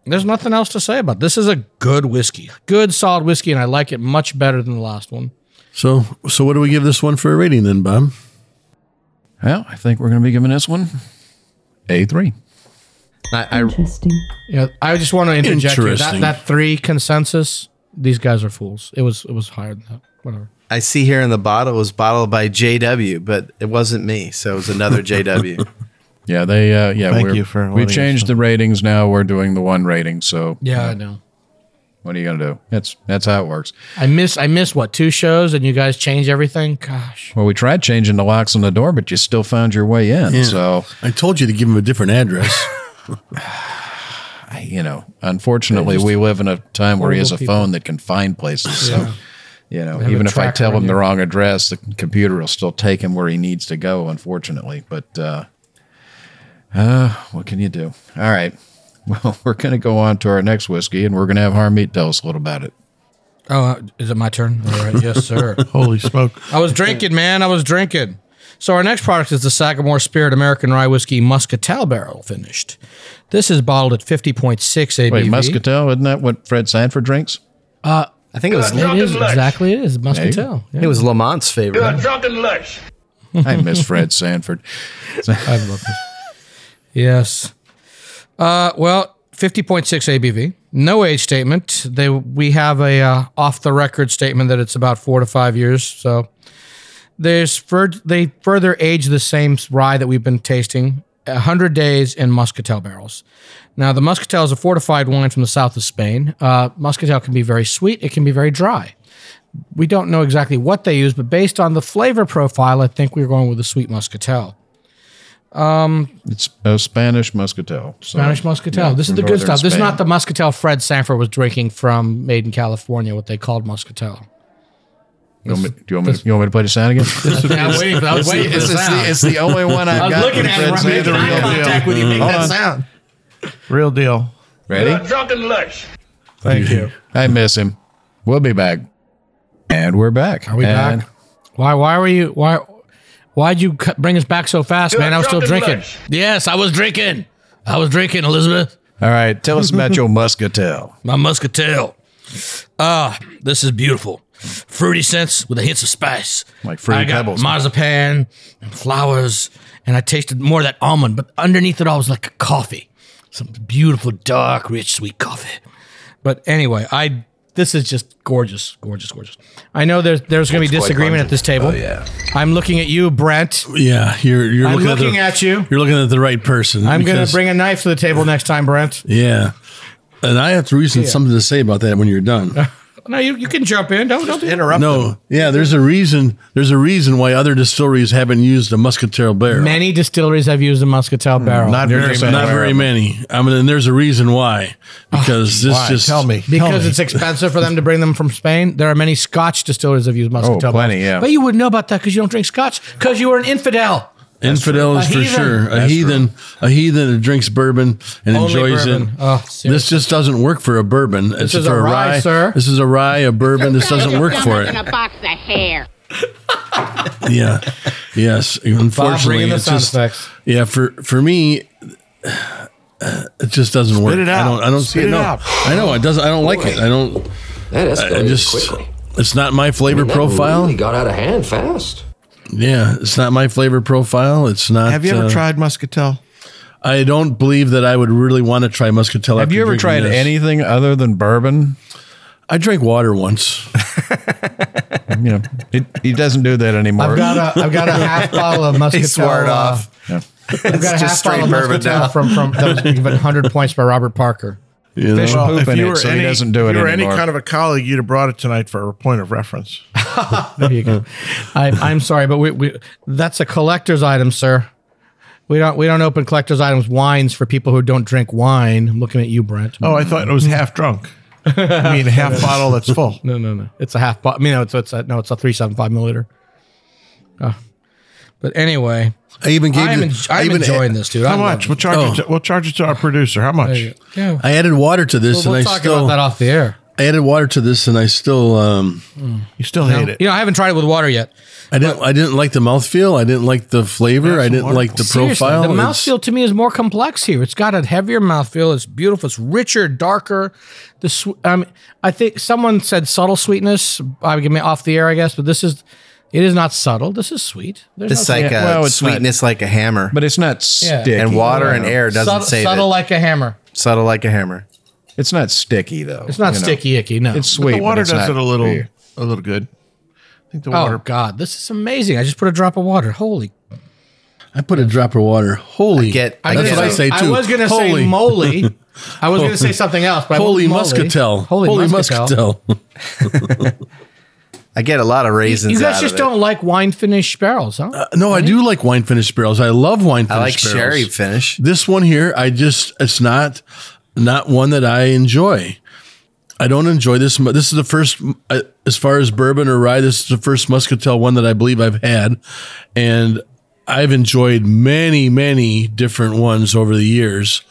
Speaker 4: there's nothing else to say about it. this. Is a good whiskey, good solid whiskey, and I like it much better than the last one.
Speaker 3: So so what do we give this one for a rating then, Bob?
Speaker 2: Well, I think we're going to be giving this one A3.
Speaker 6: I, I
Speaker 9: Interesting.
Speaker 4: You know, I just want to interject here. that
Speaker 3: Interesting.
Speaker 4: that three consensus. These guys are fools. It was it was higher than that. Whatever.
Speaker 6: I see here in the bottle was bottled by JW, but it wasn't me. So it was another JW.
Speaker 2: Yeah, they, uh, yeah,
Speaker 5: Thank
Speaker 2: we're-
Speaker 5: you for
Speaker 2: we
Speaker 5: letting us
Speaker 2: changed the ratings. Now we're doing the one rating. So
Speaker 4: Yeah, I know.
Speaker 2: what are you going to do? That's, that's how it works.
Speaker 4: I miss I miss what two shows and you guys change everything. Gosh,
Speaker 2: Well, we tried changing the locks on the door, but you still found your way in. So,
Speaker 3: I told you to give him a different address.
Speaker 2: I- you know, unfortunately, we live in a time where he has a phone that can find places. So, you know,
Speaker 4: have
Speaker 2: even
Speaker 4: a
Speaker 2: if I
Speaker 4: tracker
Speaker 2: tell
Speaker 4: on
Speaker 2: him the
Speaker 4: you.
Speaker 2: wrong address, the computer will still take him where he needs to go, unfortunately. But, uh, uh, what can you do? All right. Well, we're going to go on to our next whiskey and we're going to have Harmeet tell us a little about it.
Speaker 4: Oh, uh, is it my turn? All right. Yes, sir.
Speaker 5: Holy smoke.
Speaker 4: I was drinking, man. I was drinking. So our next product is the Sagamore Spirit American Rye Whiskey Muscatel Barrel Finished. This is bottled at 50.6 ABV.
Speaker 2: Wait, Muscatel, isn't that what Fred Sanford drinks?
Speaker 6: I think it was
Speaker 4: It is exactly it is Muscatel. Yeah.
Speaker 6: it was Lamont's favorite.
Speaker 2: I miss Fred Sanford.
Speaker 4: I love this. Yes. Uh, well, 50.6 ABV. No age statement. They we have a uh, off the record statement that it's about four to five years. So there's fur- they further age the same rye that we've been tasting. 100 days in muscatel barrels. Now, the muscatel is a fortified wine from the south of Spain. Uh, muscatel can be very sweet, it can be very dry. We don't know exactly what they use, but based on the flavor profile, I think we we're going with the sweet muscatel.
Speaker 2: It's a Spanish Muscatel. so-
Speaker 4: Spanish Muscatel.
Speaker 2: Yeah,
Speaker 4: this is
Speaker 2: from
Speaker 4: the good
Speaker 2: northern
Speaker 4: stuff. This is
Speaker 2: Spain.
Speaker 4: not the Muscatel Fred Sanford was drinking from made in California, what they called Muscatel.
Speaker 2: You want me, do you want, me to, you want me to play the sound again?
Speaker 4: I was waiting, I was waiting for
Speaker 2: it's, it's
Speaker 4: the
Speaker 2: the,
Speaker 4: sound.
Speaker 2: it's the only one I've got. from Fred Sanford.
Speaker 5: contact with you, make that sound. Real deal.
Speaker 2: Ready?
Speaker 5: Thank you.
Speaker 2: I miss him. We'll be back. And we're back. Are
Speaker 4: we back? Why? Why were you? Why? Why'd you cut, bring us back so fast, man? I was still drinking. Yes, I was drinking. I was drinking, Elizabeth.
Speaker 2: All right. Tell us about your Muscatel.
Speaker 4: My Muscatel. Ah, this is beautiful. Fruity scents with a hint of spice.
Speaker 2: Like fruity
Speaker 4: I got
Speaker 2: pebbles.
Speaker 4: Marzipan and flowers, and I tasted more of that almond, but underneath it all was like a coffee. Some beautiful, dark, rich, sweet coffee. But anyway, I this is just gorgeous, gorgeous, gorgeous. I know there's there's gonna be disagreement at this
Speaker 2: Oh,
Speaker 4: table. yeah. I'm looking at you, Brent.
Speaker 3: Yeah, you're you're
Speaker 4: I'm
Speaker 3: looking,
Speaker 4: looking
Speaker 3: at,
Speaker 4: at you.
Speaker 3: the, you're looking at the right person.
Speaker 4: I'm gonna
Speaker 3: because-
Speaker 4: bring a knife to the table next time, Brent.
Speaker 3: Yeah, and I have to reason something to say about that when you're done.
Speaker 4: No, you, you can jump in. Don't don't do
Speaker 5: Interrupt.
Speaker 3: no, yeah, there's a reason. There's a reason why other distilleries haven't used a muscatel barrel.
Speaker 4: Many distilleries have used a muscatel barrel.
Speaker 5: Hmm. Not very many.
Speaker 3: Not very many. I mean, and there's a reason why.
Speaker 4: Ah,
Speaker 3: Because this
Speaker 5: Why?
Speaker 3: just
Speaker 5: Tell me. Tell
Speaker 4: because
Speaker 5: me.
Speaker 4: it's expensive for them to bring them from Spain. There are many Scotch distillers that have used
Speaker 5: Oh,
Speaker 4: muscatel.
Speaker 2: plenty,
Speaker 4: barrels.
Speaker 2: yeah.
Speaker 4: But you wouldn't know about that because you don't drink Scotch because you were an infidel.
Speaker 3: infidel is
Speaker 4: A
Speaker 3: for
Speaker 4: heathen.
Speaker 3: sure. A
Speaker 2: That's
Speaker 3: heathen, a heathen that drinks bourbon and
Speaker 4: Only
Speaker 3: enjoys
Speaker 4: bourbon.
Speaker 3: it.
Speaker 4: Oh,
Speaker 3: this
Speaker 4: seriously.
Speaker 3: just doesn't work for a bourbon. This
Speaker 4: is a rye, sir.
Speaker 3: This is a rye, a bourbon. This doesn't work for
Speaker 10: In a
Speaker 3: it.
Speaker 10: box of hair.
Speaker 3: Yeah. Yes. Unfortunately,
Speaker 4: bringing the
Speaker 3: it's
Speaker 4: sound
Speaker 3: just,
Speaker 4: effects.
Speaker 3: yeah. For for me, it just doesn't work.
Speaker 5: it
Speaker 3: I
Speaker 5: out.
Speaker 3: don't. I don't see
Speaker 5: Spit
Speaker 3: it.
Speaker 5: it
Speaker 3: No.
Speaker 5: out.
Speaker 3: I know. It doesn't. I don't like it. I don't.
Speaker 11: That
Speaker 3: I
Speaker 11: escalated
Speaker 3: just.
Speaker 11: quickly.
Speaker 3: It's not my flavor
Speaker 11: That
Speaker 3: profile.
Speaker 11: really got out of hand fast.
Speaker 3: Yeah, it's not my flavor profile. It's not.
Speaker 5: Have you ever
Speaker 3: uh,
Speaker 5: tried Muscatel?
Speaker 3: I don't believe that I would really want to try muscatel.
Speaker 2: Have
Speaker 3: after
Speaker 2: you ever
Speaker 3: drinking
Speaker 2: tried
Speaker 3: this.
Speaker 2: anything other than bourbon?
Speaker 3: I drank water once.
Speaker 2: You know, it, he doesn't do that anymore.
Speaker 4: I've got a I've got a half bottle of muscatel.
Speaker 6: swore it
Speaker 4: uh,
Speaker 6: off.
Speaker 2: Yeah.
Speaker 4: I've got a half
Speaker 6: just
Speaker 4: bottle of
Speaker 6: straight bourbon
Speaker 4: muscatel
Speaker 6: now.
Speaker 4: from from that was given 100 points by Robert Parker.
Speaker 3: You know?
Speaker 2: Well, poop in it, so he doesn't do it
Speaker 5: If you were
Speaker 2: anymore.
Speaker 5: any kind of a colleague, you'd have brought it tonight for a point of reference.
Speaker 4: There you go. I, I'm sorry, but we, we that's a collector's item, sir. We don't we don't open collector's items wines for people who don't drink wine. I'm looking at you, Brent.
Speaker 5: Oh, I thought it was half drunk. I mean, half bottle that's full.
Speaker 4: No, no, no. It's a half bottle. I mean, no, it's, it's a, no, it's a three seven five milliliter. Oh. But anyway,
Speaker 3: I even gave.
Speaker 4: I'm,
Speaker 3: you-
Speaker 4: en-
Speaker 3: I
Speaker 4: I'm
Speaker 3: even-
Speaker 4: enjoying this, dude. I
Speaker 5: How
Speaker 4: love
Speaker 5: much?
Speaker 4: it.
Speaker 5: We'll charge
Speaker 3: Oh.
Speaker 5: it. To, we'll charge it to our producer. How much?
Speaker 4: Yeah,
Speaker 3: I added water to this,
Speaker 4: we'll, we'll
Speaker 3: and I
Speaker 4: talk
Speaker 3: still.
Speaker 4: about that off the air.
Speaker 3: I added water to this, and I still. Um,
Speaker 5: You still hate it.
Speaker 4: You know, I haven't tried it with water yet.
Speaker 3: I didn't. I didn't like the mouthfeel. I didn't like the flavor. I didn't like the
Speaker 4: Seriously,
Speaker 3: profile.
Speaker 4: The
Speaker 3: It's-
Speaker 4: mouthfeel to me is more complex here. It's got a heavier mouthfeel. It's beautiful. It's richer, darker. The sw- um, I think someone said subtle sweetness. I would give me off the air, I guess, but this is, it is not subtle. This is sweet. There's
Speaker 6: It's
Speaker 4: no
Speaker 6: like a
Speaker 2: Well, it's not-
Speaker 6: sweetness like a hammer.
Speaker 2: but it's not
Speaker 4: Yeah.
Speaker 2: sticky.
Speaker 6: and water and air doesn't
Speaker 4: subtle,
Speaker 6: save
Speaker 4: subtle
Speaker 6: it.
Speaker 4: like a hammer.
Speaker 6: subtle like a hammer.
Speaker 2: It's not sticky though.
Speaker 4: It's not
Speaker 2: you know.
Speaker 4: sticky icky. No,
Speaker 2: It's
Speaker 5: But
Speaker 2: sweet.
Speaker 5: the water
Speaker 2: but it's
Speaker 5: does
Speaker 2: not
Speaker 5: it a little,
Speaker 2: beer.
Speaker 5: a little good. I think the
Speaker 4: oh
Speaker 5: water.
Speaker 4: god, this is amazing. I just put a drop of water. Holy,
Speaker 3: I put a drop of water. Holy.
Speaker 6: I get- I
Speaker 3: that's
Speaker 6: get
Speaker 3: what I
Speaker 6: it.
Speaker 3: say too.
Speaker 4: I was gonna
Speaker 3: Holy-
Speaker 4: say moly. I was gonna say something else, but I
Speaker 3: Holy
Speaker 4: won't moly.
Speaker 3: muscatel.
Speaker 4: Holy, muscatel.
Speaker 6: I get a lot of raisins.
Speaker 4: You guys
Speaker 6: out
Speaker 4: just
Speaker 6: of it.
Speaker 4: don't like wine finished barrels, huh?
Speaker 3: no, I do like wine finished barrels. I love wine.
Speaker 6: I like
Speaker 3: finished barrels.
Speaker 6: sherry finish.
Speaker 3: this one here i just it's not not one that i enjoy i don't enjoy this mu- this is the first uh, as far as bourbon or rye this is the first muscatel one that i believe i've had and i've enjoyed many many different ones over the years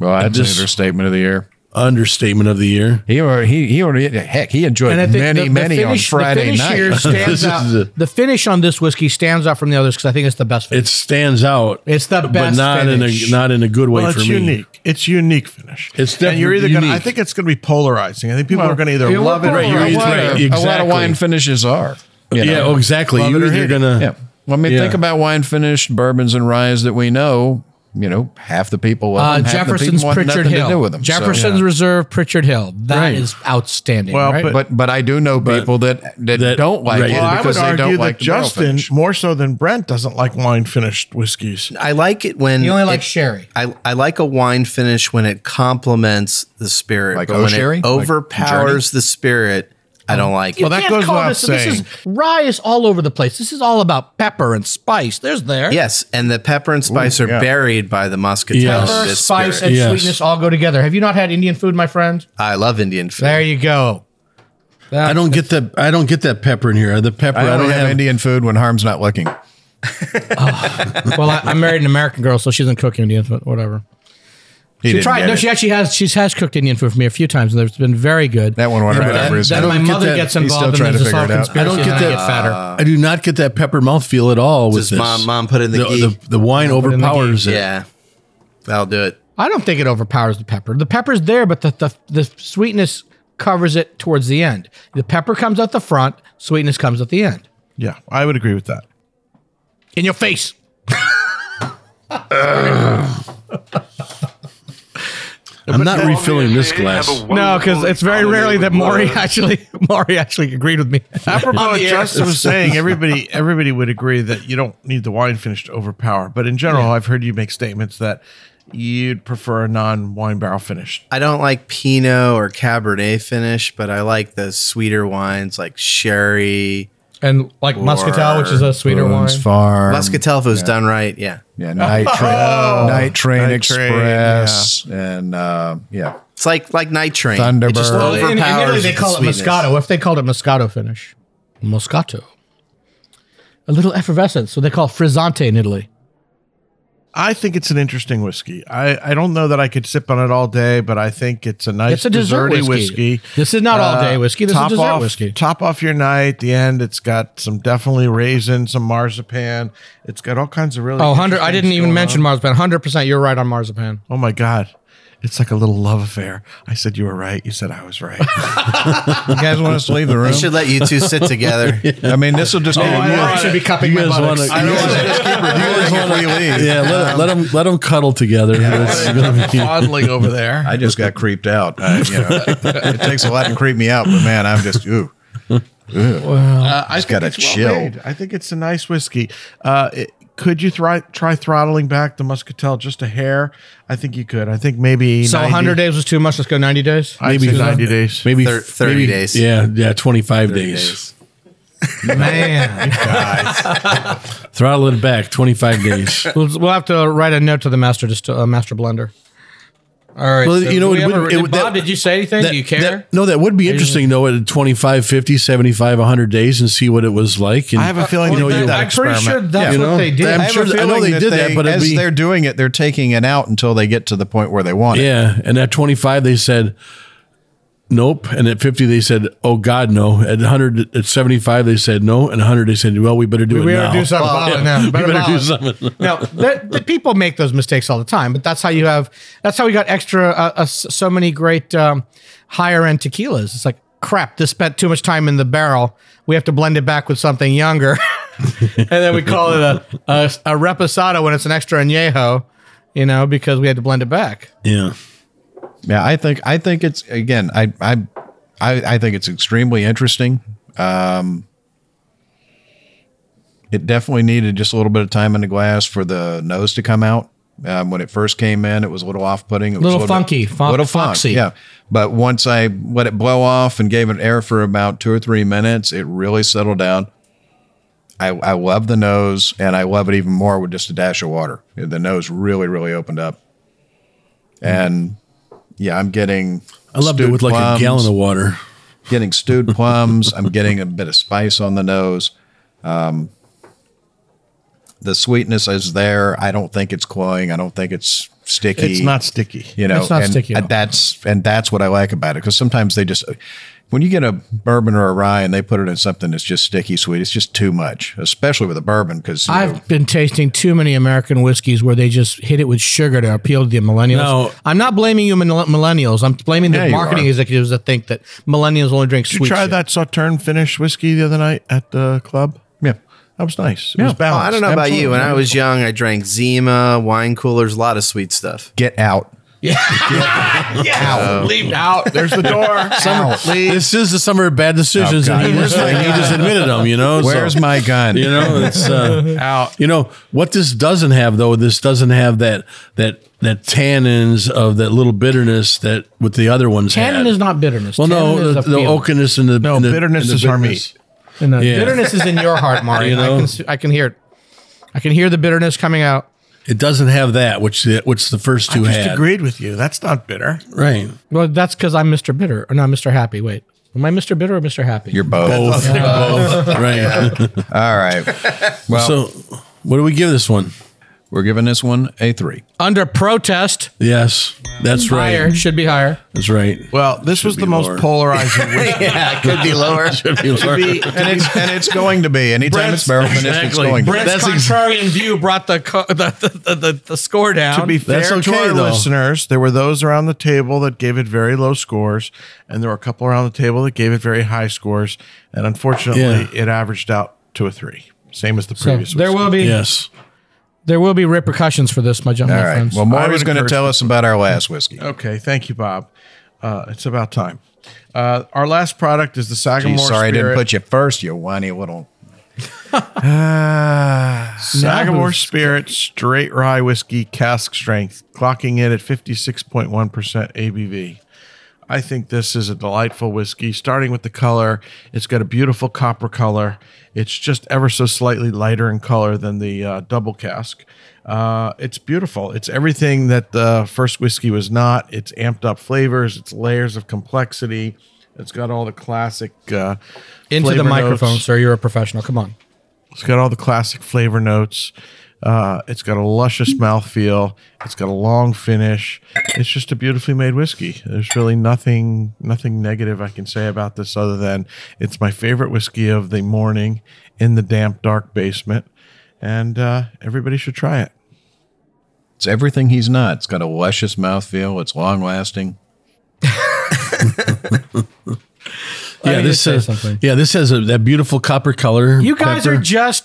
Speaker 2: Well, that's
Speaker 3: just-
Speaker 2: an understatement of the year.
Speaker 3: understatement of the year.
Speaker 2: He already, he, he already, heck, he enjoyed
Speaker 4: And I think
Speaker 2: many,
Speaker 4: the- the
Speaker 2: many
Speaker 4: finish- the
Speaker 2: on Friday
Speaker 4: finish here
Speaker 2: night.
Speaker 4: stands
Speaker 3: This is
Speaker 4: out.
Speaker 3: a-
Speaker 4: Uh, the finish on this whiskey stands out from the others because I think it's the best.
Speaker 3: It stands out.
Speaker 4: It's the
Speaker 3: but
Speaker 4: best
Speaker 3: not in
Speaker 4: finish.
Speaker 3: a not in a good way
Speaker 5: Well,
Speaker 3: for
Speaker 5: it's
Speaker 3: me.
Speaker 5: unique. It's unique finish.
Speaker 3: It's
Speaker 5: and you're
Speaker 3: definitely
Speaker 5: either gonna. I
Speaker 3: unique.
Speaker 5: think it's gonna be polarizing. I think people are gonna either
Speaker 2: Yeah,
Speaker 5: love it or
Speaker 2: well,
Speaker 5: hate
Speaker 3: you're
Speaker 5: it.
Speaker 2: a
Speaker 3: either-
Speaker 2: lot
Speaker 3: right,
Speaker 2: of- A lot
Speaker 3: exactly.
Speaker 2: of wine finishes are. you
Speaker 3: yeah,
Speaker 2: know.
Speaker 3: oh, exactly.
Speaker 5: Love it
Speaker 3: You're
Speaker 5: or
Speaker 3: either
Speaker 5: hate it.
Speaker 3: gonna
Speaker 2: Yeah. Well, I mean,
Speaker 3: Yeah.
Speaker 2: think about wine finished bourbons and ryes that we know. You know, half the people love
Speaker 4: Uh,
Speaker 2: them, half the
Speaker 4: Jefferson's
Speaker 2: people want
Speaker 4: Pritchard
Speaker 2: nothing
Speaker 4: Hill.
Speaker 2: to do with them. So,
Speaker 4: Jefferson's Reserve Pritchard Hill. That is outstanding.
Speaker 5: Well,
Speaker 4: right?
Speaker 5: but-
Speaker 2: But but I do know people that, that
Speaker 3: that-
Speaker 2: don't like
Speaker 3: right.
Speaker 2: it
Speaker 3: Well, I would
Speaker 2: because they don't like the barrel
Speaker 5: Justin
Speaker 2: finish.
Speaker 5: more so than Brent doesn't like wine finished whiskeys.
Speaker 6: I like it when
Speaker 4: you only
Speaker 6: it-
Speaker 4: like sherry.
Speaker 6: I, I like a wine finish when it complements the spirit.
Speaker 2: Like
Speaker 6: but when
Speaker 2: Oak Sherry?
Speaker 6: it
Speaker 2: Like
Speaker 6: overpowers the spirit, I don't like
Speaker 5: Well,
Speaker 6: it.
Speaker 5: that goes without
Speaker 4: this.
Speaker 5: saying.
Speaker 4: This is rye is all over the place. This is all about pepper and spice. There's there.
Speaker 6: Yes, and the pepper and spice are buried by the muscatel.
Speaker 3: Yes.
Speaker 6: of
Speaker 4: Pepper,
Speaker 6: this
Speaker 4: spice,
Speaker 6: spirit.
Speaker 4: and
Speaker 3: Yes.
Speaker 4: sweetness all go together. Have you not had Indian food, my friend?
Speaker 6: I love Indian food.
Speaker 4: There you go.
Speaker 3: I don't get that I don't get that pepper in here. The pepper
Speaker 2: I don't, have, Indian food when harm's not looking.
Speaker 4: Well, I, I'm married an American girl, so she doesn't cook Indian food. Whatever.
Speaker 2: He
Speaker 4: She
Speaker 2: didn't
Speaker 4: tried.
Speaker 2: get
Speaker 4: No,
Speaker 2: it.
Speaker 4: she actually has. She's has cooked Indian food for me a few times, and it's been very good.
Speaker 2: that one went
Speaker 3: Yeah,
Speaker 2: right
Speaker 3: but
Speaker 2: over
Speaker 4: And
Speaker 2: his
Speaker 4: then
Speaker 2: head.
Speaker 4: my
Speaker 3: get
Speaker 4: mother
Speaker 3: that.
Speaker 4: gets
Speaker 2: He's still
Speaker 4: involved,
Speaker 2: trying
Speaker 4: and
Speaker 2: to
Speaker 4: there's this
Speaker 2: figure
Speaker 4: whole
Speaker 2: it out.
Speaker 4: conspiracy.
Speaker 3: I don't
Speaker 4: and
Speaker 3: get
Speaker 4: I
Speaker 3: that-
Speaker 4: get fatter.
Speaker 3: I do not get that pepper mouthfeel at all with
Speaker 6: Does
Speaker 3: this.
Speaker 6: mom, mom put in the,
Speaker 3: the,
Speaker 6: ghee?
Speaker 3: the, the wine overpowers it.
Speaker 6: yeah, that'll do it.
Speaker 4: I don't think it overpowers the pepper. The pepper's there, but the, the the sweetness covers it towards the end. The pepper comes at the front, sweetness comes at the end.
Speaker 5: Yeah, I would agree with that.
Speaker 4: In your face.
Speaker 3: I'm not refilling this glass.
Speaker 4: No, because it's very rarely that Maury actually Maury actually agreed with me.
Speaker 5: Apropos what Justin was saying, everybody everybody would agree that you don't need the wine finish to overpower. But in general, I've heard you make statements that you'd prefer a non wine barrel finished.
Speaker 6: I don't like Pinot or Cabernet finish, but I like the sweeter wines like sherry.
Speaker 4: And like Muscatel, which is a sweeter
Speaker 2: Boone's
Speaker 4: wine.
Speaker 2: Farm.
Speaker 6: Muscatel, if it was done right, yeah.
Speaker 2: Yeah, Night Train, Night Train
Speaker 5: Night Train,
Speaker 2: Express, and uh, yeah,
Speaker 6: It's like like night train.
Speaker 2: Thunderbird.
Speaker 6: It just
Speaker 2: Well,
Speaker 4: In, in
Speaker 6: overpowers
Speaker 4: Italy, they
Speaker 6: the
Speaker 4: call it
Speaker 6: sweetness.
Speaker 4: Moscato. What if they called it Moscato finish? Moscato. A little effervescence. So they call it frizzante in Italy.
Speaker 5: I think it's an interesting whiskey. I, I don't know that I could sip on it all day, but I think it's a nice
Speaker 4: It's a dessert
Speaker 5: desserty
Speaker 4: whiskey. This is not all day whiskey. This is
Speaker 5: Uh, top
Speaker 4: dessert
Speaker 5: off-
Speaker 4: whiskey.
Speaker 5: Top off your night. At the end, it's got some definitely raisin, some marzipan. It's got all kinds of really.
Speaker 4: Oh, 100. I
Speaker 5: interesting
Speaker 4: didn't
Speaker 5: things
Speaker 4: even
Speaker 5: going
Speaker 4: mention
Speaker 5: on.
Speaker 4: marzipan. 100%. You're right on marzipan.
Speaker 5: Oh my god, it's like a little love affair. I said you were right. You said I was right.
Speaker 2: You guys want us to leave the
Speaker 6: I
Speaker 2: room?
Speaker 6: should let you two sit together.
Speaker 2: I mean, this will just be
Speaker 4: Oh, I should be cupping my
Speaker 3: guys
Speaker 4: buttocks.
Speaker 3: wanna-
Speaker 4: I
Speaker 3: you
Speaker 4: don't
Speaker 3: guys
Speaker 4: want to
Speaker 3: wanna-
Speaker 4: just keep
Speaker 3: Yeah, let, let them let 'em cuddle together. That's gonna be-
Speaker 5: Fondling over there.
Speaker 2: I just got creeped out. I, you know, it takes a lot to creep me out, but man, I'm just ooh.
Speaker 5: Uh, I
Speaker 2: got a chill.
Speaker 5: made. I think it's a nice whiskey. Uh, it- could you thri- try throttling back the Muscatel just a hair? I think you could. I think maybe
Speaker 4: So 100 days was too much. Let's go 90 days.
Speaker 5: maybe ninety days.
Speaker 3: maybe
Speaker 6: Thir- 30
Speaker 3: maybe-
Speaker 6: days.
Speaker 3: Yeah, yeah, 25 days.
Speaker 4: Man.
Speaker 3: Throttle it back 25 days.
Speaker 4: we'll, we'll have to write a note to the master distill, uh, master blender. All right.
Speaker 3: Well,
Speaker 4: so
Speaker 3: you know, it
Speaker 4: do we have a-
Speaker 3: wouldn't- it
Speaker 4: did
Speaker 3: would-
Speaker 4: Bob,
Speaker 3: that-
Speaker 4: did you say anything?
Speaker 3: That-
Speaker 4: do you care?
Speaker 3: that- no, that would be interesting, though, at 25, 50, 75, 100 days and see what it was like. And
Speaker 5: I have a feeling you know
Speaker 4: I'm
Speaker 5: you
Speaker 4: pretty sure that's
Speaker 3: You
Speaker 4: what
Speaker 3: know,
Speaker 4: they did.
Speaker 3: I'm
Speaker 4: I have
Speaker 3: sure
Speaker 4: a
Speaker 3: that- I know
Speaker 4: feeling
Speaker 3: they
Speaker 4: that
Speaker 3: did that, but it'd
Speaker 2: as
Speaker 3: be,
Speaker 2: they're doing it, they're taking it out until they get to the point where they want it.
Speaker 3: yeah. And at 25, they said, nope. And at 50, they said, oh, God, no. At 100, at 75, they said, no. And 100, they said, well, we better do it
Speaker 4: we
Speaker 3: now.
Speaker 4: better do something about it now.
Speaker 3: We better
Speaker 4: about
Speaker 3: do
Speaker 4: it.
Speaker 3: something.
Speaker 4: now, the, the people make those mistakes all the time, but that's how you have. That's how we got extra. Uh, uh, s- so many great um, higher end tequilas. It's like crap. This spent too much time in the barrel. We have to blend it back with something younger, and then we call it a a, a reposado when it's an extra añejo. You know, because we had to blend it back.
Speaker 3: Yeah.
Speaker 2: Yeah, I think I think it's again. I I I, I think it's extremely interesting. Um, it definitely needed just a little bit of time in the glass for the nose to come out. Um, when it first came in, it was a little off-putting. It was
Speaker 4: Little
Speaker 2: bit-
Speaker 4: funky, fo-
Speaker 2: little funk,
Speaker 4: foxy.
Speaker 2: Yeah, but once I let it blow off and gave it air for about two or three minutes, it really settled down. I, I love the nose, and I love it even more with just a dash of water. The nose really, really opened up, and yeah, I'm getting.
Speaker 3: I loved it
Speaker 2: stewed
Speaker 3: with like
Speaker 2: plums,
Speaker 3: a gallon of water.
Speaker 2: Getting stewed plums. I'm getting a bit of spice on the nose. Um, the sweetness is there. I don't think it's cloying. I don't think it's sticky.
Speaker 5: It's not sticky.
Speaker 2: You know,
Speaker 4: It's not
Speaker 2: and
Speaker 4: sticky at all.
Speaker 2: That's and that's what I like about it because sometimes they just when you get a bourbon or a rye and they put it in something that's just sticky sweet, it's just too much, especially with a bourbon because
Speaker 4: I've been tasting too many American whiskeys where they just hit it with sugar to appeal to the millennials.
Speaker 3: No.
Speaker 4: I'm not blaming you millen- millennials. I'm blaming the
Speaker 2: Yeah, you
Speaker 4: marketing
Speaker 2: are.
Speaker 4: executives that think that millennials only drink
Speaker 5: Did
Speaker 4: sweet.
Speaker 5: you try
Speaker 4: shit.
Speaker 5: that Sauterne Finnish whiskey the other night at the club?
Speaker 2: yeah.
Speaker 5: That was nice. It
Speaker 2: Yeah.
Speaker 5: was
Speaker 2: Oh,
Speaker 5: balanced.
Speaker 6: I don't know about you. When I was young, I drank Zima, wine coolers, a lot of sweet stuff.
Speaker 2: Get out.
Speaker 4: Yeah, leave out. There's the door.
Speaker 2: Summer,
Speaker 3: This is the summer of bad decisions,
Speaker 2: Oh,
Speaker 3: and he
Speaker 2: God.
Speaker 3: just, and he just admitted them. You know,
Speaker 2: where's
Speaker 3: So,
Speaker 2: my gun?
Speaker 3: You know, it's uh, out. You know what this doesn't have though. This doesn't have that that that tannins of that little bitterness that with the other ones.
Speaker 4: Tannin
Speaker 3: had.
Speaker 4: is not bitterness.
Speaker 3: Well,
Speaker 4: Tannin
Speaker 3: no,
Speaker 4: is
Speaker 3: the,
Speaker 4: a
Speaker 3: the
Speaker 4: feeling.
Speaker 3: oakiness and the
Speaker 5: No,
Speaker 3: and the,
Speaker 5: bitterness
Speaker 3: and the
Speaker 5: is our
Speaker 3: bitterness.
Speaker 4: And the
Speaker 3: Yeah.
Speaker 4: bitterness is in your heart, Mario.
Speaker 3: You know?
Speaker 4: I, can, s- I can hear it. I can hear the bitterness coming out.
Speaker 3: It doesn't have that, which the, which the first two
Speaker 5: I just
Speaker 3: had.
Speaker 5: agreed with you. That's not bitter.
Speaker 3: Right.
Speaker 4: Well, that's because I'm Mr. Bitter. Or not Mr. Happy. Wait. Am I Mr. Bitter or Mr. Happy?
Speaker 2: You're both.
Speaker 3: Both. both. Right.
Speaker 2: All right. Well,
Speaker 3: so, what do we give this one?
Speaker 2: we're giving this one a three.
Speaker 4: Under protest.
Speaker 3: Yes, that's right.
Speaker 4: Higher. Should be higher.
Speaker 3: That's right.
Speaker 5: Well, this was
Speaker 3: be
Speaker 5: the most
Speaker 3: lower.
Speaker 5: polarizing whiskey.
Speaker 6: Yeah, it could be lower.
Speaker 2: And it's and it's going to be anytime
Speaker 5: Brent's-
Speaker 2: it's barrel finished, it's
Speaker 3: exactly.
Speaker 2: going to be.
Speaker 4: Brent's
Speaker 3: That's ex-
Speaker 4: contrarian view brought the, co- the, the, the, the score down.
Speaker 5: To be fair
Speaker 3: That's
Speaker 5: to
Speaker 3: okay,
Speaker 5: our
Speaker 3: though.
Speaker 5: listeners, there were those around the table that gave it very low scores, and there were a couple around the table that gave it very high scores, and unfortunately,
Speaker 3: Yeah.
Speaker 5: it averaged out to a three, same as the
Speaker 4: so
Speaker 5: previous.
Speaker 4: there
Speaker 5: whiskey.
Speaker 4: will be
Speaker 3: Yes.
Speaker 4: there will be repercussions for this, my, my
Speaker 2: All right.
Speaker 4: friends.
Speaker 2: Well,
Speaker 5: I
Speaker 2: Maury's
Speaker 5: would
Speaker 2: going to
Speaker 5: encourage
Speaker 2: tell us about our last whiskey.
Speaker 5: Okay, thank you, Bob. Uh, it's about time. Uh, our last product is the Sagamore.
Speaker 2: Geez, sorry, I didn't
Speaker 5: Spirit.
Speaker 2: put you first, you whiny little.
Speaker 5: Sagamore Spirit Straight Rye Whiskey Cask Strength, clocking in at 56.1% ABV. I think this is a delightful whiskey, starting with the color. It's got a beautiful copper color. It's just ever so slightly lighter in color than the uh, double cask. Uh, it's beautiful. It's everything that the first whiskey was not. It's amped up flavors, it's layers of complexity. It's got all the classic uh,
Speaker 4: Into the
Speaker 5: flavor
Speaker 4: microphone,
Speaker 5: notes.
Speaker 4: sir. You're a professional. Come on.
Speaker 5: It's got all the classic flavor notes. Uh, it's got a luscious mouthfeel. It's got a long finish. It's just a beautifully made whiskey. There's really nothing nothing negative I can say about this other than it's my favorite whiskey of the morning in the damp, dark basement. And uh, everybody should try it.
Speaker 2: It's everything he's not. It's got a luscious mouthfeel. It's long lasting.
Speaker 3: Yeah,
Speaker 4: need to
Speaker 3: this
Speaker 4: say
Speaker 3: has,
Speaker 4: something.
Speaker 3: yeah, this has a, that beautiful copper color.
Speaker 4: You guys
Speaker 3: pepper.
Speaker 4: are just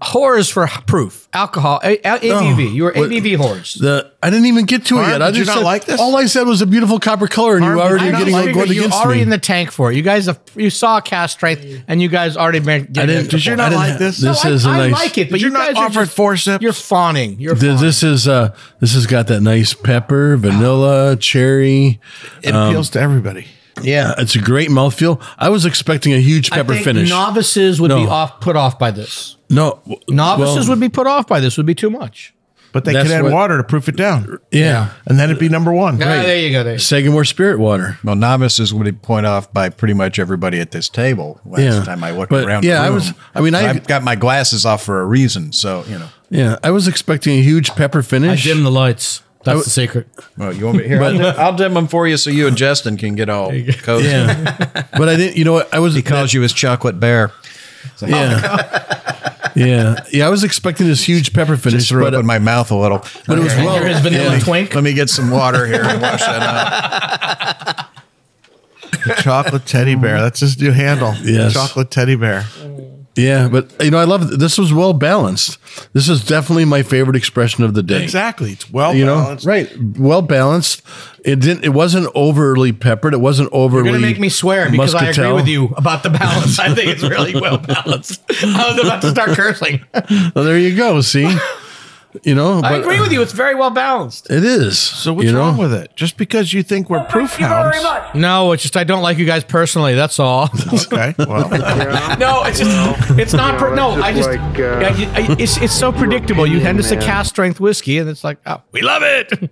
Speaker 4: whores for h- proof. Alcohol, a, a, ABV. You are ABV whores.
Speaker 3: the. I didn't even get to it
Speaker 5: Harm,
Speaker 3: yet. I
Speaker 5: did you
Speaker 3: just
Speaker 5: not
Speaker 3: said-
Speaker 5: like this?
Speaker 3: All I said was a beautiful copper color, and you
Speaker 5: Harm, did
Speaker 3: already
Speaker 5: you
Speaker 3: are
Speaker 5: not
Speaker 3: getting
Speaker 5: like it?
Speaker 3: going
Speaker 5: You
Speaker 4: You're
Speaker 3: against
Speaker 4: already
Speaker 3: me.
Speaker 4: in the tank for it. You guys, have, you saw cast strength, and you guys already. Made,
Speaker 3: I didn't.
Speaker 5: Did you
Speaker 3: I
Speaker 5: not
Speaker 3: didn't
Speaker 5: like
Speaker 3: ha-
Speaker 5: this?
Speaker 3: This
Speaker 4: no,
Speaker 3: is
Speaker 4: I,
Speaker 3: a
Speaker 4: I
Speaker 3: nice.
Speaker 4: like it, but
Speaker 5: Did
Speaker 4: you,
Speaker 5: you not
Speaker 4: guys are
Speaker 5: offer
Speaker 4: just,
Speaker 5: forceps?
Speaker 4: You're fawning. You're
Speaker 3: Th-
Speaker 4: fawning.
Speaker 3: This is uh this has got that nice pepper, vanilla, cherry.
Speaker 5: It
Speaker 3: Um,
Speaker 5: appeals to everybody.
Speaker 3: Yeah, it's a great mouthfeel. I was expecting a huge
Speaker 4: I
Speaker 3: pepper
Speaker 4: think
Speaker 3: finish.
Speaker 4: Novices would be
Speaker 3: No.
Speaker 4: off, put off by this.
Speaker 3: no, w-
Speaker 4: Novices
Speaker 3: well,
Speaker 4: would be put off by this. Would be too much.
Speaker 5: But they
Speaker 3: That's
Speaker 5: could add
Speaker 3: what-
Speaker 5: water to proof it down.
Speaker 3: yeah.
Speaker 5: And then it'd be number one.
Speaker 4: Ah, there you go. There. you go.
Speaker 3: Sagamore Spirit Water.
Speaker 2: Well, novices would point off by pretty much everybody at this table last
Speaker 3: Yeah.
Speaker 2: time I looked
Speaker 3: But,
Speaker 2: around.
Speaker 3: yeah,
Speaker 2: the
Speaker 3: I
Speaker 2: room.
Speaker 3: was- I mean,
Speaker 2: And
Speaker 3: I-
Speaker 2: I've got my glasses off for a reason. So you know,
Speaker 3: Yeah, I was expecting a huge pepper
Speaker 4: I
Speaker 3: finish.
Speaker 4: dim the lights. That's the secret.
Speaker 2: well, you want me here? I'll, dim, I'll dim them for you so you and Justin can get all cozy.
Speaker 3: yeah, but I didn't. You know what? I was
Speaker 2: He calls you his chocolate bear.
Speaker 3: Yeah, yeah, yeah. I was expecting this huge pepper
Speaker 2: Just
Speaker 3: finish,
Speaker 2: threw
Speaker 3: but, uh,
Speaker 2: up in my mouth a little.
Speaker 3: but it was well.
Speaker 4: There is vanilla
Speaker 3: yeah.
Speaker 4: twink.
Speaker 2: Let me get some water here and wash that out.
Speaker 5: The chocolate teddy bear. That's his new handle.
Speaker 3: Yes.
Speaker 5: Chocolate teddy bear.
Speaker 3: Yeah, but you know, I love this was well balanced. This is definitely my favorite expression of the day.
Speaker 5: Exactly. It's well
Speaker 3: You know,
Speaker 5: balanced.
Speaker 3: right? Well balanced. It didn't. It wasn't overly peppered. It wasn't overly.
Speaker 4: You're gonna make me swear because I agree
Speaker 3: muscatel.
Speaker 4: with you about the balance. I think it's really well balanced. I was about to start cursing.
Speaker 3: Well, there you go. See, you know,
Speaker 4: I agree with you. It's very well balanced.
Speaker 3: It is.
Speaker 5: So what's
Speaker 3: you know?
Speaker 5: wrong with it? Just because you think we're proof hounds?
Speaker 4: No, it's just I don't like you guys personally. That's all.
Speaker 5: Okay. Well,
Speaker 4: no, it's just it's not. per- no, I just uh, I ju- I- it's it's so predictable. You hand us a cast strength whiskey, and it's like oh, we love it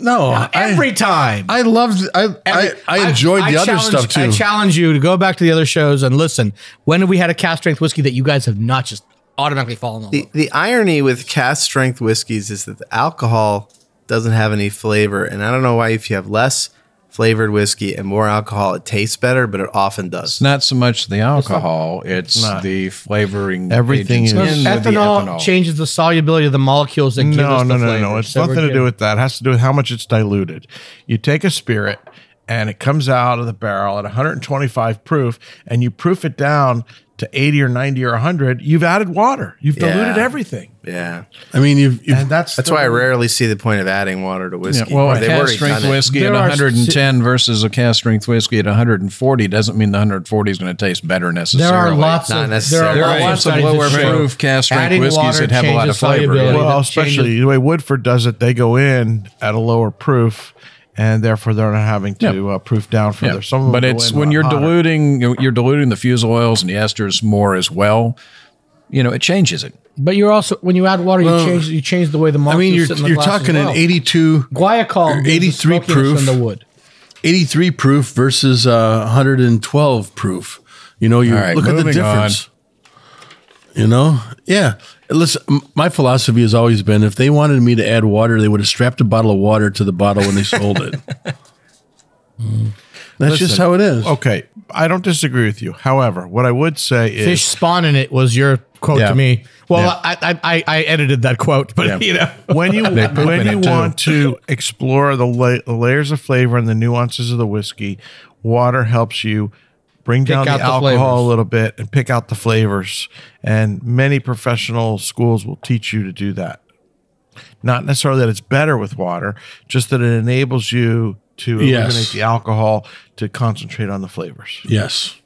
Speaker 3: No,
Speaker 4: every
Speaker 3: I,
Speaker 4: time.
Speaker 3: I loved. I I,
Speaker 4: Every-
Speaker 3: I enjoyed the other
Speaker 4: challenge-
Speaker 3: stuff too.
Speaker 4: I challenge you to go back to the other shows and listen. When have we had a cast strength whiskey that you guys have not just automatically fallen on?
Speaker 6: The, the irony with cast strength whiskeys is that the alcohol doesn't have any flavor. And I don't know why if you have less flavored whiskey and more alcohol, it tastes better, but it often does.
Speaker 2: It's not so much the alcohol; it's, the flavoring.
Speaker 5: Everything
Speaker 2: agents
Speaker 5: is-
Speaker 2: in the
Speaker 4: ethanol, changes the solubility of the molecules that give
Speaker 5: no,
Speaker 4: us the
Speaker 5: no, no,
Speaker 4: flavors
Speaker 5: no. It's
Speaker 4: that we're
Speaker 5: nothing to do
Speaker 4: getting.
Speaker 5: with that. It has to do with how much it's diluted. You take a spirit and it comes out of the barrel at 125 proof and you proof it down to 80 or 90 or 100, you've added water. You've diluted
Speaker 6: Yeah.
Speaker 5: everything.
Speaker 6: Yeah.
Speaker 3: I mean, you've, you've
Speaker 5: And that's
Speaker 6: That's
Speaker 5: the-
Speaker 6: why I rarely see the point of adding water to
Speaker 2: Yeah,
Speaker 6: whiskey.
Speaker 2: well,
Speaker 6: Or
Speaker 2: a
Speaker 6: they've
Speaker 2: cast
Speaker 6: already
Speaker 2: strength
Speaker 6: done it.
Speaker 2: whiskey at
Speaker 4: There are
Speaker 2: 110 versus a cast strength whiskey at 140 doesn't mean the 140 is going to taste better
Speaker 4: There
Speaker 2: necessarily.
Speaker 4: are lots
Speaker 6: Not
Speaker 4: of
Speaker 6: necessarily.
Speaker 2: There are lots of
Speaker 4: studies that
Speaker 2: lower
Speaker 4: show
Speaker 2: proof cast strength
Speaker 4: adding
Speaker 2: whiskeys
Speaker 4: water
Speaker 2: that have a lot of
Speaker 4: changes
Speaker 2: flavor.
Speaker 4: solubility.
Speaker 2: yeah.
Speaker 5: Well,
Speaker 4: that changes-
Speaker 5: especially the way Woodford does it, they go in at a lower proof and therefore they're not having to
Speaker 2: Yeah.
Speaker 5: uh, proof down for
Speaker 2: Yeah.
Speaker 5: their some of them
Speaker 2: but
Speaker 5: go
Speaker 2: it's
Speaker 5: in
Speaker 2: when
Speaker 5: hot-
Speaker 2: you're
Speaker 5: hotter.
Speaker 2: diluting you're diluting the fusel oils and the esters more as well. You know, it changes it.
Speaker 4: But you're also when you add water, you change you change the way the
Speaker 3: I
Speaker 4: molecules.
Speaker 3: mean, you're
Speaker 4: sit in the
Speaker 3: you're
Speaker 4: glass as
Speaker 3: talking
Speaker 4: well.
Speaker 3: an 82,
Speaker 4: Guaiacol, gives the
Speaker 3: 83
Speaker 4: smokiness
Speaker 3: proof.
Speaker 4: in the wood.
Speaker 3: 83 proof versus uh, 112 proof. You know, you
Speaker 2: All right,
Speaker 3: look at the
Speaker 2: moving on.
Speaker 3: difference. You know, yeah. Listen, m- my philosophy has always been: if they wanted me to add water, they would have strapped a bottle of water to the bottle when they sold it. Mm. That's just how it is.
Speaker 2: Oh.
Speaker 5: Okay, I don't disagree with you. However, what I would say is
Speaker 4: Fish spawn in it was your quote
Speaker 2: Yeah.
Speaker 4: to me. Well,
Speaker 2: Yeah.
Speaker 4: I, I I I edited that quote, but
Speaker 2: Yeah.
Speaker 4: you know,
Speaker 5: when you
Speaker 2: They poop in
Speaker 5: when you
Speaker 2: it, too.
Speaker 5: want to explore the, la- the layers of flavor and the nuances of the whiskey, water helps you bring down the
Speaker 4: out the
Speaker 5: alcohol
Speaker 4: flavors.
Speaker 5: a little bit and pick out the flavors. And many professional schools will teach you to do that. Not necessarily that it's better with water, just that it enables you to eliminate
Speaker 3: Yes.
Speaker 5: the alcohol to concentrate on the flavors.
Speaker 3: Yes.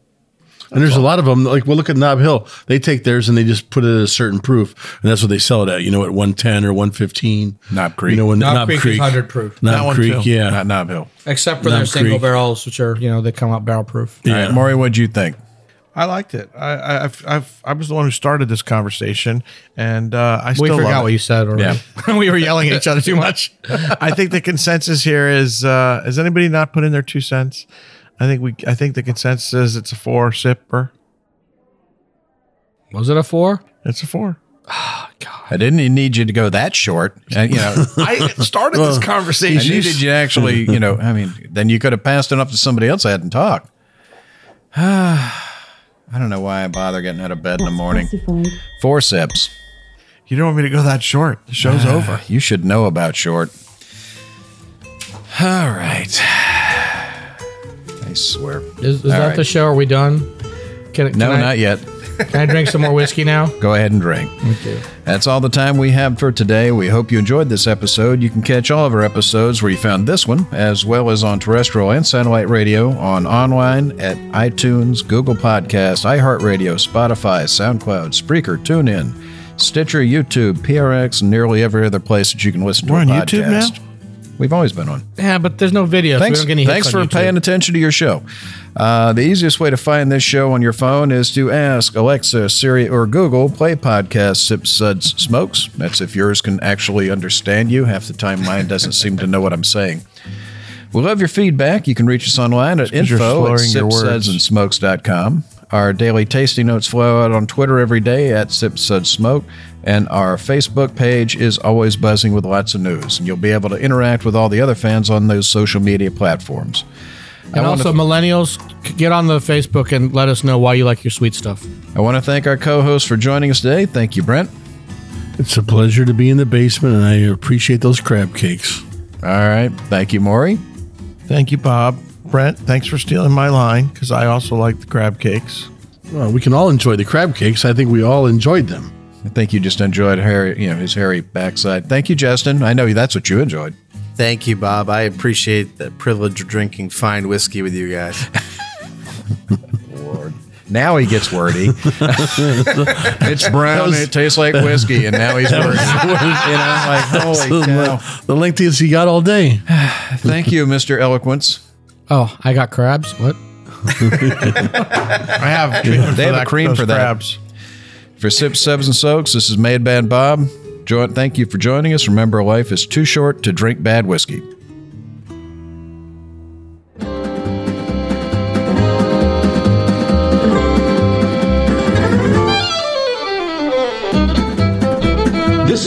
Speaker 3: And there's a lot of them. Like, well, look at Knob Hill. They take theirs and they just put it at a certain proof, and that's what they sell it at. You know, at 110 or 115.
Speaker 2: Knob Creek.
Speaker 3: You know, when
Speaker 4: Knob
Speaker 3: Knob,
Speaker 4: Creek
Speaker 3: Creek,
Speaker 4: is 100 proof.
Speaker 3: Knob
Speaker 5: That one
Speaker 3: Creek,
Speaker 5: too.
Speaker 3: yeah.
Speaker 2: Not Knob Hill.
Speaker 4: except for
Speaker 3: Knob
Speaker 4: their single
Speaker 3: Creek.
Speaker 4: barrels, which are you know they come out barrel proof.
Speaker 2: All right, Maury, what'd you think?
Speaker 5: I liked it. I I, I've, I've, I was the one who started this conversation, and uh, I
Speaker 4: We
Speaker 5: still love
Speaker 4: forgot
Speaker 5: it.
Speaker 4: what you said already. we were yelling at each other too much.
Speaker 5: I think the consensus here is uh, has anybody not put in their two cents? I think we I think the consensus is it's a four sipper.
Speaker 4: Was it a four?
Speaker 5: It's a four.
Speaker 2: I didn't need you to go that short. Uh, you know,
Speaker 5: I started this
Speaker 2: I
Speaker 5: conversation.
Speaker 2: needed you to actually, you know, I mean, then you could have passed it up to somebody else that hadn't talked. I don't know why I bother getting out of bed in the morning.
Speaker 9: Classified.
Speaker 2: Forceps.
Speaker 5: You don't want me to go that short. The show's over.
Speaker 2: You should know about short. All right. I swear.
Speaker 4: Is, is
Speaker 2: All
Speaker 4: that
Speaker 2: right.
Speaker 4: the show? Are we done? Can, can
Speaker 2: No,
Speaker 4: I,
Speaker 2: not yet.
Speaker 4: Can I drink some more whiskey now?
Speaker 2: Go ahead and drink. That's all the time we have for today. We hope you enjoyed this episode. You can catch all of our episodes where you found this one, as well as on terrestrial and satellite radio, on online at iTunes, Google Podcasts, iHeartRadio, Spotify, SoundCloud, Spreaker, TuneIn, Stitcher, YouTube, PRX, and nearly every other place that you can listen to
Speaker 5: We're
Speaker 2: a
Speaker 5: on
Speaker 2: podcast.
Speaker 5: YouTube now?
Speaker 2: We've always been on.
Speaker 4: Yeah, but there's no video.
Speaker 2: Thanks,
Speaker 4: so we don't get any hits
Speaker 2: thanks
Speaker 4: on
Speaker 2: for
Speaker 4: YouTube.
Speaker 2: paying attention to your show. Uh, the easiest way to find this show on your phone is to ask Alexa, Siri, or Google play podcast Sip Suds Smokes. That's if yours can actually understand you. Half the time, mine doesn't seem to know what I'm saying. We love your feedback. You can reach us online at
Speaker 5: you're
Speaker 2: info at
Speaker 5: slurring your words.
Speaker 2: sipsudsandsmokes.com. Our daily tasting notes flow out on Twitter every day at sipsudsmoke, and our Facebook page is always buzzing with lots of news. And you'll be able to interact with all the other fans on those social media platforms.
Speaker 4: And
Speaker 2: I wanna-
Speaker 4: also, millennials, c- get on the Facebook and let us know why you like your sweet stuff.
Speaker 2: I want to thank our co host for joining us today. Thank you, Brent.
Speaker 3: It's a pleasure to be in the basement, and I appreciate those crab cakes.
Speaker 2: All right. Thank you, Maury.
Speaker 5: Thank you, Bob. Brent, thanks for stealing my line because I also like the crab cakes.
Speaker 3: Well, we can all enjoy the crab cakes. I think we all enjoyed them.
Speaker 2: I think you just enjoyed Harry, you know, his hairy backside. Thank you, Justin. I know that's what you enjoyed.
Speaker 6: Thank you, Bob. I appreciate the privilege of drinking fine whiskey with you guys.
Speaker 2: Now he gets wordy. it's brown. it tastes like whiskey, and now he's wordy. you know, like holy cow.
Speaker 3: the lengthiest he got all day.
Speaker 2: Thank you, Mister Eloquence.
Speaker 4: Oh, I got crabs. What?
Speaker 5: I have treatment
Speaker 2: They
Speaker 5: for
Speaker 2: have a
Speaker 5: that-
Speaker 2: cream
Speaker 5: those
Speaker 2: for that.
Speaker 5: crabs.
Speaker 2: For Sip Subs and Soaks, this is Made Bad Bob. Join, thank you for joining us. Remember, life is too short to drink bad whiskey.
Speaker 1: This